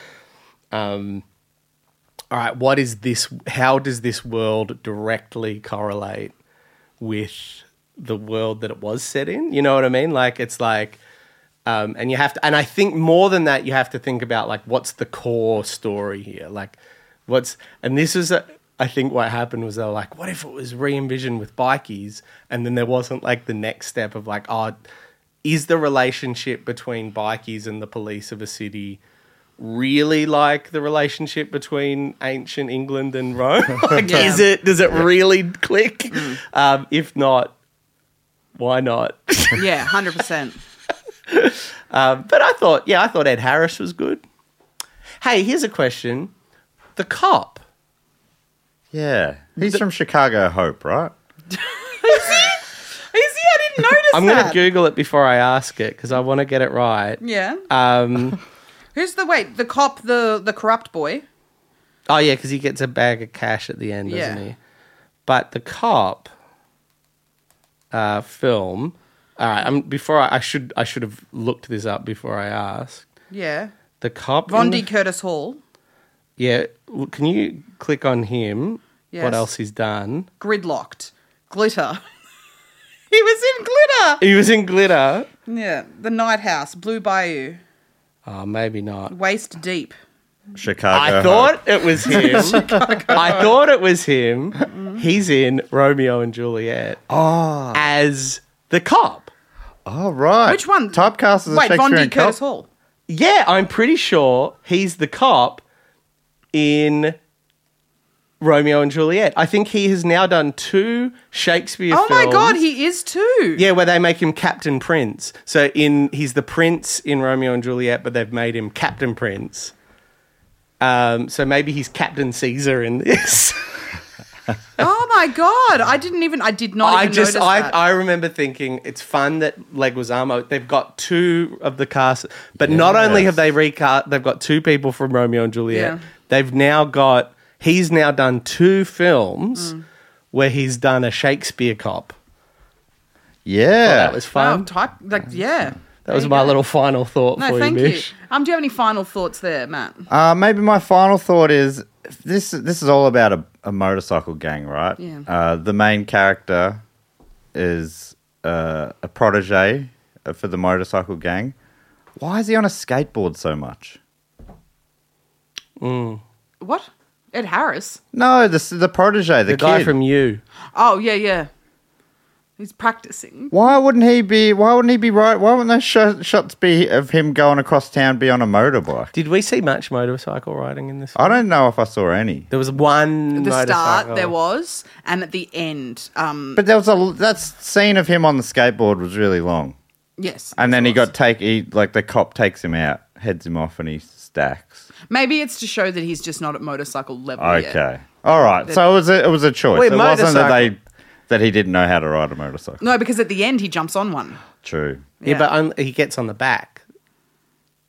S4: um, all right, what is this? How does this world directly correlate with the world that it was set in? You know what I mean? Like, it's like, um, and you have to, and I think more than that, you have to think about like, what's the core story here? Like, what's, and this is, a, I think what happened was they were like, what if it was re envisioned with bikies? And then there wasn't like the next step of like, oh, is the relationship between bikies and the police of a city really like the relationship between ancient England and Rome? like,
S1: Yeah. Mm.
S4: is it? Does it really click? Um, if not, why not?
S1: yeah, hundred percent.
S4: um, but I thought, yeah, I thought Ed Harris was good. Hey, here's a question: the cop.
S5: yeah. He's from Chicago Hope, right?
S1: Is he? I didn't notice
S4: I'm going to
S1: that.
S4: Google it before I ask it because I want to get it right.
S1: yeah.
S4: Um,
S1: Who's the wait? The cop, the the corrupt boy.
S4: oh yeah, because he gets a bag of cash at the end, doesn't
S1: Yeah.
S4: he? But the cop uh, film. All right, I'm, before I, I should I should have looked this up before I asked.
S1: Yeah,
S4: The cop. in
S1: Vondi
S4: the-
S1: Curtis Hall,
S4: yeah. w- Can you click on him?
S1: Yes.
S4: What else he's done?
S1: gridlocked, glitter. he was in glitter.
S4: He was in Glitter.
S1: Yeah, the Night House, Blue Bayou,
S4: Oh, maybe not.
S1: Waist Deep.
S5: Chicago.
S4: I
S5: Hope.
S4: thought it was him. I thought it was him. He's in Romeo and Juliet
S1: Ah.
S4: as the cop.
S5: Oh, right.
S1: Which one?
S5: Typecast as a
S1: Wait,
S5: Shakespearean
S1: Vondi
S5: cop.
S1: Curtis Hall.
S4: Yeah, I'm pretty sure he's the cop in Romeo and Juliet. I think he has now done two Shakespeare
S1: Oh my
S4: films.
S1: god, he is too.
S4: Yeah, where they make him Captain Prince. So in he's the prince in Romeo and Juliet, but they've made him Captain Prince. Um, so maybe he's Captain Caesar in this.
S1: Oh my god, I didn't even. I did not.
S4: I
S1: even
S4: just
S1: notice
S4: I,
S1: that.
S4: I remember thinking it's fun that Leguizamo they've got two of the cast, but not only have they recast, they've got two people from Romeo and Juliet.
S1: Yeah.
S4: They've now got he's now done two films
S1: Mm.
S4: where he's done a Shakespeare cop.
S1: Oh,
S5: Yeah.
S4: That was
S1: Wow,
S4: fun.
S1: type like yeah.
S4: that was my little final thought
S1: No,
S4: for
S1: thank
S4: you,
S1: you.
S4: Mish.
S1: Um, do you have any final thoughts there, Matt?
S5: Uh, maybe my final thought is this. This is all about a, a motorcycle gang, right?
S1: Yeah.
S5: Uh, the main character is uh, a protege uh, for the motorcycle gang. Why is he on a skateboard so much?
S1: What? Ed Harris?
S5: No, the the protege, the,
S4: The guy
S5: kid.
S4: from you.
S1: Oh yeah, yeah, He's practicing.
S5: Why wouldn't he be? Why wouldn't he be right? Why wouldn't those sh- shots be of him going across town be on a motorbike?
S4: Did we see much motorcycle riding in this?
S5: I don't know if I saw any.
S4: There was one.
S1: Oh. At the
S4: motorcycle.
S1: start there was, and at the end, um,
S5: But there was a that scene of him on the skateboard was really long,
S1: yes.
S5: and then he got take he like the cop takes him out, heads him off, and he stacks.
S1: Maybe it's to show that he's just not at motorcycle level
S5: Okay,
S1: yet.
S5: all right. so it was a, it was a choice.
S4: Wait,
S5: it wasn't that
S4: motorcycle.
S5: they that he didn't know how to ride a motorcycle.
S1: No, because at the end he jumps on one.
S5: True.
S4: Yeah,
S1: Yeah.
S4: but on, he gets on the back.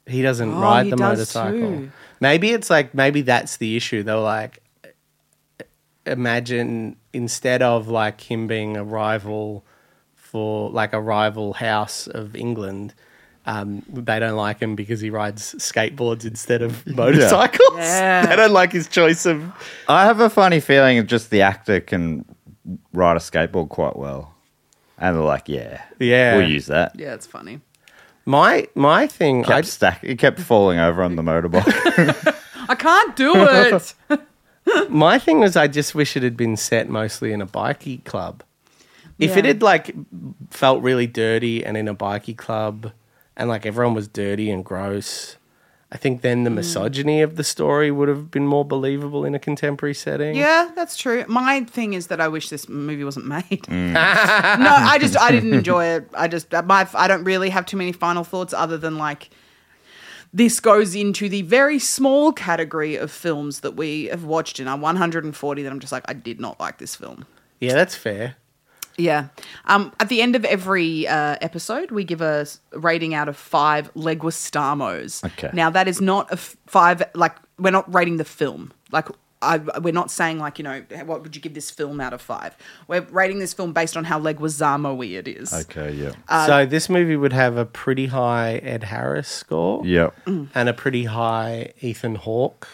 S4: He doesn't
S1: Oh,
S4: ride
S1: he
S4: the
S1: does
S4: motorcycle.
S1: too.
S4: Maybe it's like maybe that's the issue. They're like, imagine instead of like him being a rival for like a rival house of England. Um, they don't like him because he rides skateboards instead of motorcycles.
S1: Yeah.
S4: They don't like his choice of.
S5: I have a funny feeling of just the actor can ride a skateboard quite well, and they're like, yeah,
S4: Yeah.
S5: we'll use that.
S1: Yeah, it's funny.
S4: My my thing. I
S5: Kept stack. He kept falling over on the motorbike.
S1: I can't do it.
S4: My thing was, I just wish it had been set mostly in a bikie club. If it
S1: Yeah.
S4: had like felt really dirty and in a bikie club, and like everyone was dirty and gross, I think then the
S1: Mm.
S4: misogyny of the story would have been more believable in a contemporary setting.
S1: yeah, that's true. My thing is that I wish this movie wasn't made. no, I just I didn't enjoy it. I just my I don't really have too many final thoughts other than like this goes into the very small category of films that we have watched in our 140 that I'm just like I did not like this film.
S4: yeah, that's fair.
S1: Yeah. Um, at the end of every uh, episode, we give a s- rating out of five Leguistamos.
S5: Okay.
S1: Now, that is not a f- five, like, we're not rating the film. Like, I, we're not saying, like, you know, what would you give this film out of five? We're rating this film based on how Leguizamo y it is.
S5: okay, yeah,
S1: Uh,
S4: so this movie would have a pretty high Ed Harris score.
S5: yep.
S4: and a pretty high Ethan Hawke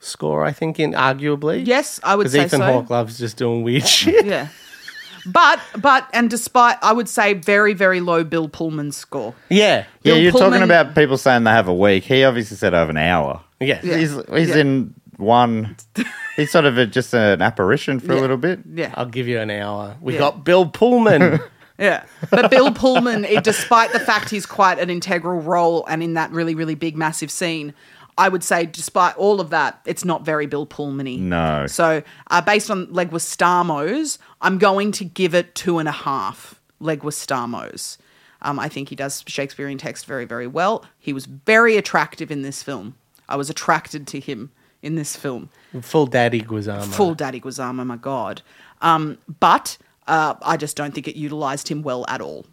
S4: score. I think in arguably.
S1: Yes, I would
S4: Because
S1: say
S4: Ethan
S1: so.
S4: Hawke loves just doing weird shit.
S1: Yeah. But, but, and despite, I would say very, very low Bill Pullman score.
S4: yeah.
S5: Yeah,
S1: Bill
S5: you're talking
S1: Pullman-
S5: about people saying they have a week. He obviously said over an hour.
S4: Yeah.
S5: He's he's in one. He's sort of a, just an apparition for a little bit.
S1: Yeah.
S4: I'll give you an hour. We
S1: Yeah.
S4: got Bill Pullman.
S1: Yeah. But Bill Pullman, eh, despite the fact he's quite an integral role and in that really, really big, massive scene, I would say, despite all of that, it's not very Bill Pullman y.
S5: No.
S1: So, uh, based on Leguistamo's, I'm going to give it two and a half Leguistamo's. Um, I think he does Shakespearean text very, very well. He was very attractive in this film. I was attracted to him in this film.
S4: Full Daddy Guizamo.
S1: Full Daddy Guizamo, my God. Um, but uh, I just don't think it utilized him well at all.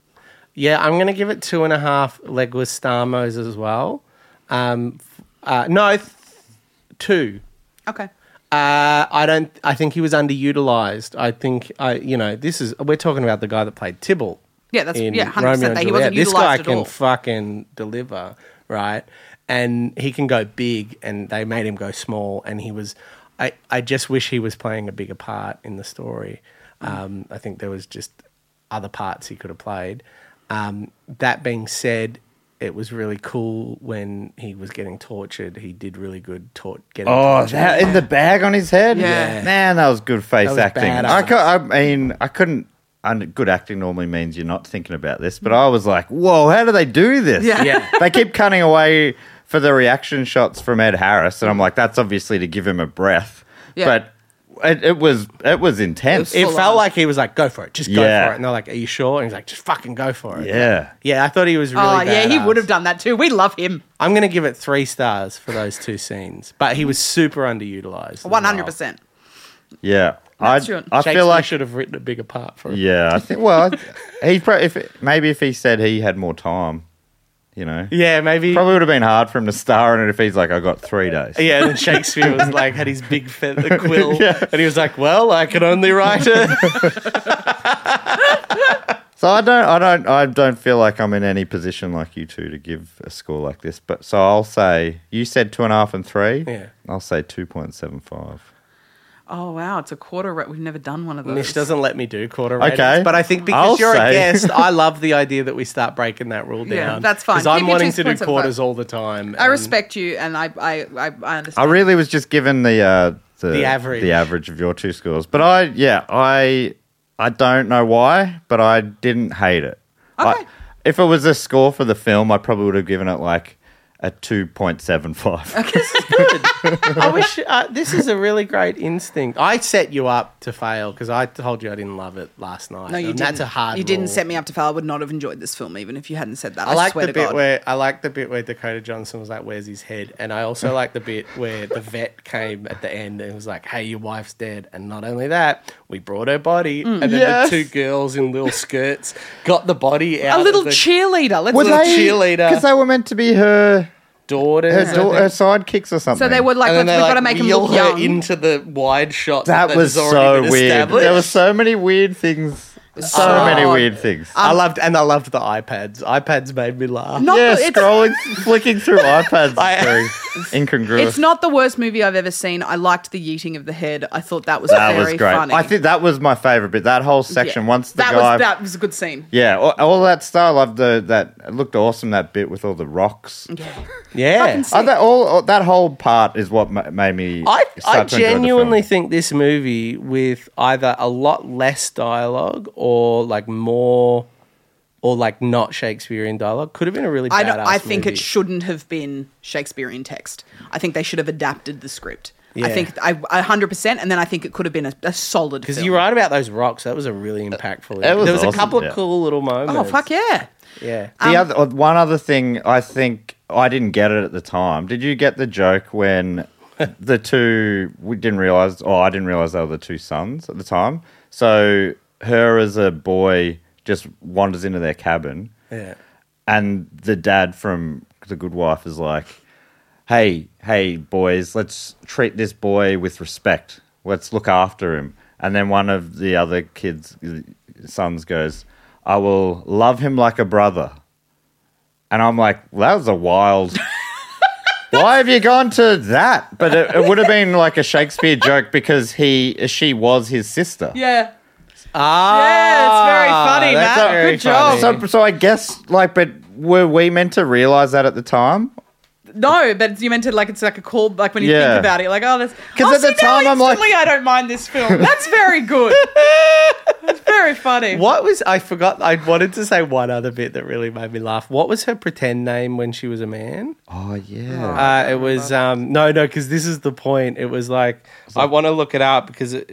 S4: Yeah, I'm going to give it two and a half Leguistamos as well. Um, f- uh, no, th- two.
S1: Okay.
S4: Uh, I don't. I think he was underutilized. I think I. You know, this is we're talking about the guy that played Tybalt.
S1: Yeah, that's-
S4: in
S1: yeah, 100%
S4: Romeo and
S1: that he wasn't
S4: Juliet. This guy
S1: utilised at
S4: can
S1: all.
S4: fucking deliver, right? And he can go big, and they made him go small, and he was. I I just wish he was playing a bigger part in the story.
S1: Mm.
S4: Um, I think there was just other parts he could have played. Um, that being said. It was really cool when he was getting tortured. He did really good tort getting
S5: Oh,
S4: tortured.
S5: that in the bag on his head.
S1: Yeah.
S5: man, that was good face
S4: That was
S5: acting.
S4: badass.
S5: I, cou- I mean, I couldn't. And good acting normally means you're not thinking about this, but I was like, "Whoa, how do they do this?"
S1: Yeah.
S4: Yeah.
S5: they keep cutting away for the reaction shots from Ed Harris, and I'm like, "That's obviously to give him a breath."
S1: Yeah.
S5: But it, it was it was intense.
S4: It
S1: full
S4: felt
S1: on.
S4: like he was like, "Go for it, just go
S5: Yeah.
S4: for it." And they're like, "Are you sure?" And he's like, "Just fucking go for it."
S5: yeah,
S4: yeah. I thought he was really.
S1: oh, yeah, he
S4: badass.
S1: would have done that too. We love him.
S4: I'm gonna give it three stars for those two scenes, but he was super underutilized. as well.
S1: 100%.
S5: yeah. I
S1: true.
S5: I
S4: Shakespeare
S5: feel like
S4: should have written a bigger part for him.
S5: yeah. I think well, he pro- if maybe if he said he had more time, you know,
S4: Yeah, maybe.
S5: Probably would have been hard for him to star in it if he's like, I got three days.
S4: Yeah, and then Shakespeare was like had his big fe- quill, and he was like, "Well, I can only write it."
S5: So I don't, I don't, I don't feel like I'm in any position like you two to give a score like this. But so I'll say, you said two and a half and three.
S4: Yeah.
S5: I'll say two point seven five.
S1: Oh, wow. It's a quarter rate. We've never done one of those.
S4: Mish doesn't let me do quarter ratings,
S5: Okay.
S4: but I think because
S5: I'll
S4: you're
S5: say.
S4: a guest, I love the idea that we start breaking that rule down.
S1: Yeah, that's fine.
S4: Because I'm
S1: Keep it
S4: wanting
S1: just
S4: to do
S1: points at
S4: quarters
S1: five.
S4: all the time.
S1: I
S4: and-
S1: respect you and I, I, I, I
S5: I
S1: understand.
S5: really was just given the uh, the,
S4: The average.
S5: the average of your two scores. But I, yeah, I, I I don't know why, but I didn't hate it.
S1: Okay.
S5: I- if it was a score for the film, I probably would have given it like a 2.75.
S4: I wish uh, this is a really great instinct. I set you up to fail because I told you I didn't love it last night.
S1: No, you
S4: and
S1: didn't.
S4: That's a hard.
S1: You didn't
S4: rule.
S1: set me up to fail. I would not have enjoyed this film even if you hadn't said that. I,
S4: I like
S1: swear
S4: the
S1: to
S4: bit
S1: God.
S4: where I like the bit where Dakota Johnson was like, "Where's his head?" And I also like the bit where the vet came at the end and was like, "Hey, your wife's dead." And not only that, we brought her body,
S1: Mm.
S4: and then
S5: Yes.
S4: the two girls in little skirts got the body out.
S1: a little
S4: of the
S1: cheerleader. Let's
S4: Were
S1: look.
S4: they- cheerleader.
S5: Because they were meant to be her her,
S4: daughters. I
S5: dau-
S4: think.
S5: her sidekicks or something.
S1: So they were like, let's,
S4: and then
S1: we've
S4: they
S1: got to
S4: like
S1: make him
S4: wheel
S1: look young.
S4: her into the wide shot.
S5: That, was so
S4: already been
S5: weird.
S4: established.
S5: There were so many weird things. So many weird things.
S4: I loved and I loved the iPads. iPads made me laugh.
S1: Um, Not
S5: yeah,
S1: the- Oh, it's-
S5: scrolling, flicking through iPads
S4: I-
S5: is very incongruous.
S1: It's not the worst movie I've ever seen. I liked the yeeting of the head. I thought that was
S5: that
S1: very
S5: was great.
S1: funny.
S5: I think that was my favorite bit. That whole
S1: Yeah.
S5: section, once the
S1: that
S5: guy,
S1: was that was a good scene.
S5: yeah, all, all that style. I've the that it looked awesome. That bit with all the rocks.
S4: yeah.
S1: Fucking
S5: I thought all, all- that whole part is what ma- made me.
S4: I, I
S5: start to enjoy the
S4: genuinely
S5: film.
S4: think this movie with either a lot less dialogue or like more or like not Shakespearean dialogue could have been a really badass
S1: I, don't, I think
S4: movie.
S1: it shouldn't have been Shakespearean text. I think they should have adapted the script.
S4: Yeah.
S1: I think I I hundred percent, and then I think it could have been a, a solid.
S4: because
S1: film.
S4: you're right about those rocks. That was a really impactful.
S5: It was
S4: there was a
S5: awesome,
S4: couple of
S5: yeah.
S4: cool little moments.
S1: Oh fuck yeah!
S4: yeah!
S5: the other uh, one other thing I think I didn't get it at the time. Did you get the joke when the two we didn't realize? Oh, I didn't realize they were the two sons at the time. So her as a boy just wanders into their cabin.
S4: Yeah.
S5: and the dad from the good wife is like hey hey boys let's treat this boy with respect let's look after him and then one of the other kids sons goes i will love him like a brother and i'm like well, that was a wild why have you gone to that but it, it would have been like a shakespeare joke because he she was his sister
S1: Yeah,
S4: Ah,
S1: yeah, it's very funny,
S4: that's
S1: Matt.
S4: very
S1: Good job.
S4: funny.
S5: so, so i guess like but were we meant to realize that at the time
S1: No, but you meant it like it's like a call. Like when you
S5: Yeah.
S1: think about it, you're like oh, that's
S5: 'Cause
S1: oh,
S5: at the
S1: see, now
S5: time, I'm like-
S1: instantly I don't mind this film. That's very good. That's very funny.
S4: What was I forgot? I wanted to say one other bit that really made me laugh. What was her pretend name when she was a man?
S5: Oh yeah.
S4: Uh, it was um, no, no, because this is the point. It was like I want to look it up because it,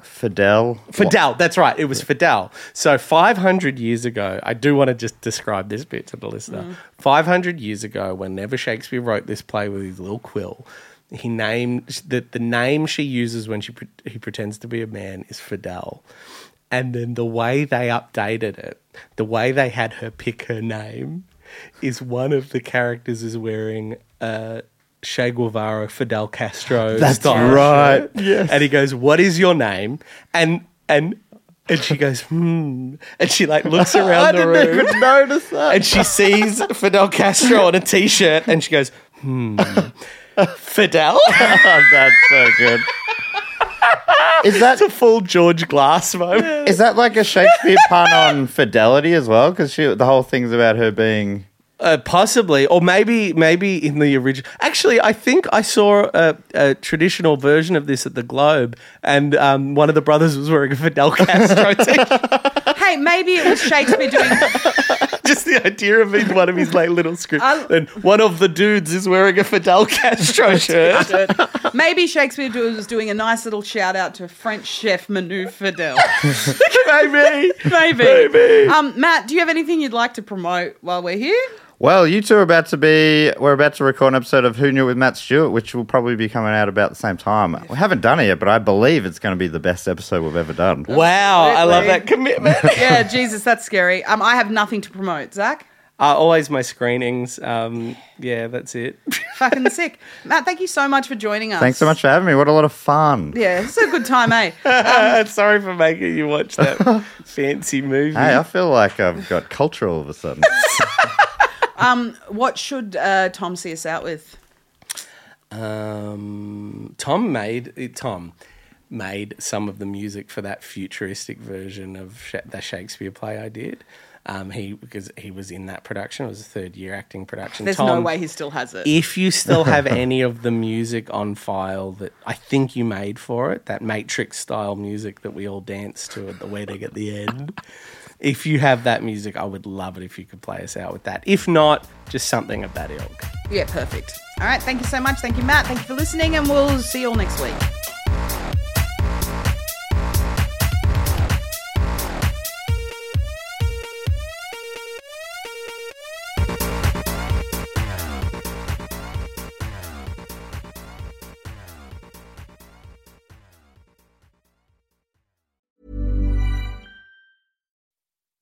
S5: Fidel.
S4: Fidel. That's right. It was Fidel. So 500 years ago, I do want to just describe this bit to the listener. 500 years ago, whenever Shakespeare wrote this play with his little quill, he named the, the name she uses when she pre- he pretends to be a man is Fidel. And then the way they updated it, the way they had her pick her name, is one of the characters is wearing a Che Guevara Fidel Castro.
S5: That's
S4: style
S5: right.
S4: shirt.
S5: Yes.
S4: And he goes, "What is your name?" And and and she goes, "Hmm." And she like looks around the room
S5: notice that.
S4: and she sees Fidel Castro on a t-shirt and she goes, "Hmm." Fidel?
S5: Oh, that's so good. Is that
S4: the full George Glass moment.
S5: is that like a Shakespeare pun on fidelity as well? Because she the whole thing's about her being.
S4: Uh, possibly, or maybe, maybe in the original. Actually, I think I saw a, a traditional version of this at the Globe, and um, one of the brothers was wearing a Fidel Castro t-shirt.
S1: Hey, maybe it was Shakespeare doing.
S4: Just the idea of his, one of his like little scripts,
S1: I-
S4: and one of the dudes is wearing a Fidel Castro shirt.
S1: maybe Shakespeare do- was doing a nice little shout out to French chef Manu Fidel.
S4: maybe.
S1: maybe. Maybe. Um, Matt, do you have anything you'd like to promote while we're here?
S5: Well, you two are about to be. We're about to record an episode of Who Knew It with Matt Stewart, which will probably be coming out about the same time. We haven't done it yet, but I believe it's going to be the best episode we've ever done.
S4: Wow, I love that commitment.
S1: Yeah, Jesus, that's scary. Um, I have nothing to promote, Zach.
S4: Uh, always my screenings. Um, yeah, that's it.
S1: Fucking sick. Matt, thank you so much for joining us.
S5: Thanks so much for having me. What a lot of fun.
S1: Yeah, it's a good time, eh?
S4: Sorry for making you watch that fancy movie.
S5: Hey, I feel like I've got culture all of a sudden.
S1: What should uh, Tom see us out with?
S4: Um, Tom made eh, Tom made some of the music for that futuristic version of Sha the Shakespeare play I did. Um, he because he was in that production. It was a third year acting production.
S1: There's no
S4: Tom,
S1: way he still has it.
S4: If you still have any of the music on file that I think you made for it, that Matrix style music that we all dance to at the wedding at the end, if you have that music, I would love it if you could play us out with that. If not, just something of that ilk.
S1: Yeah, perfect. All right, thank you so much. Thank you, Matt. Thank you for listening, and we'll see you all next week.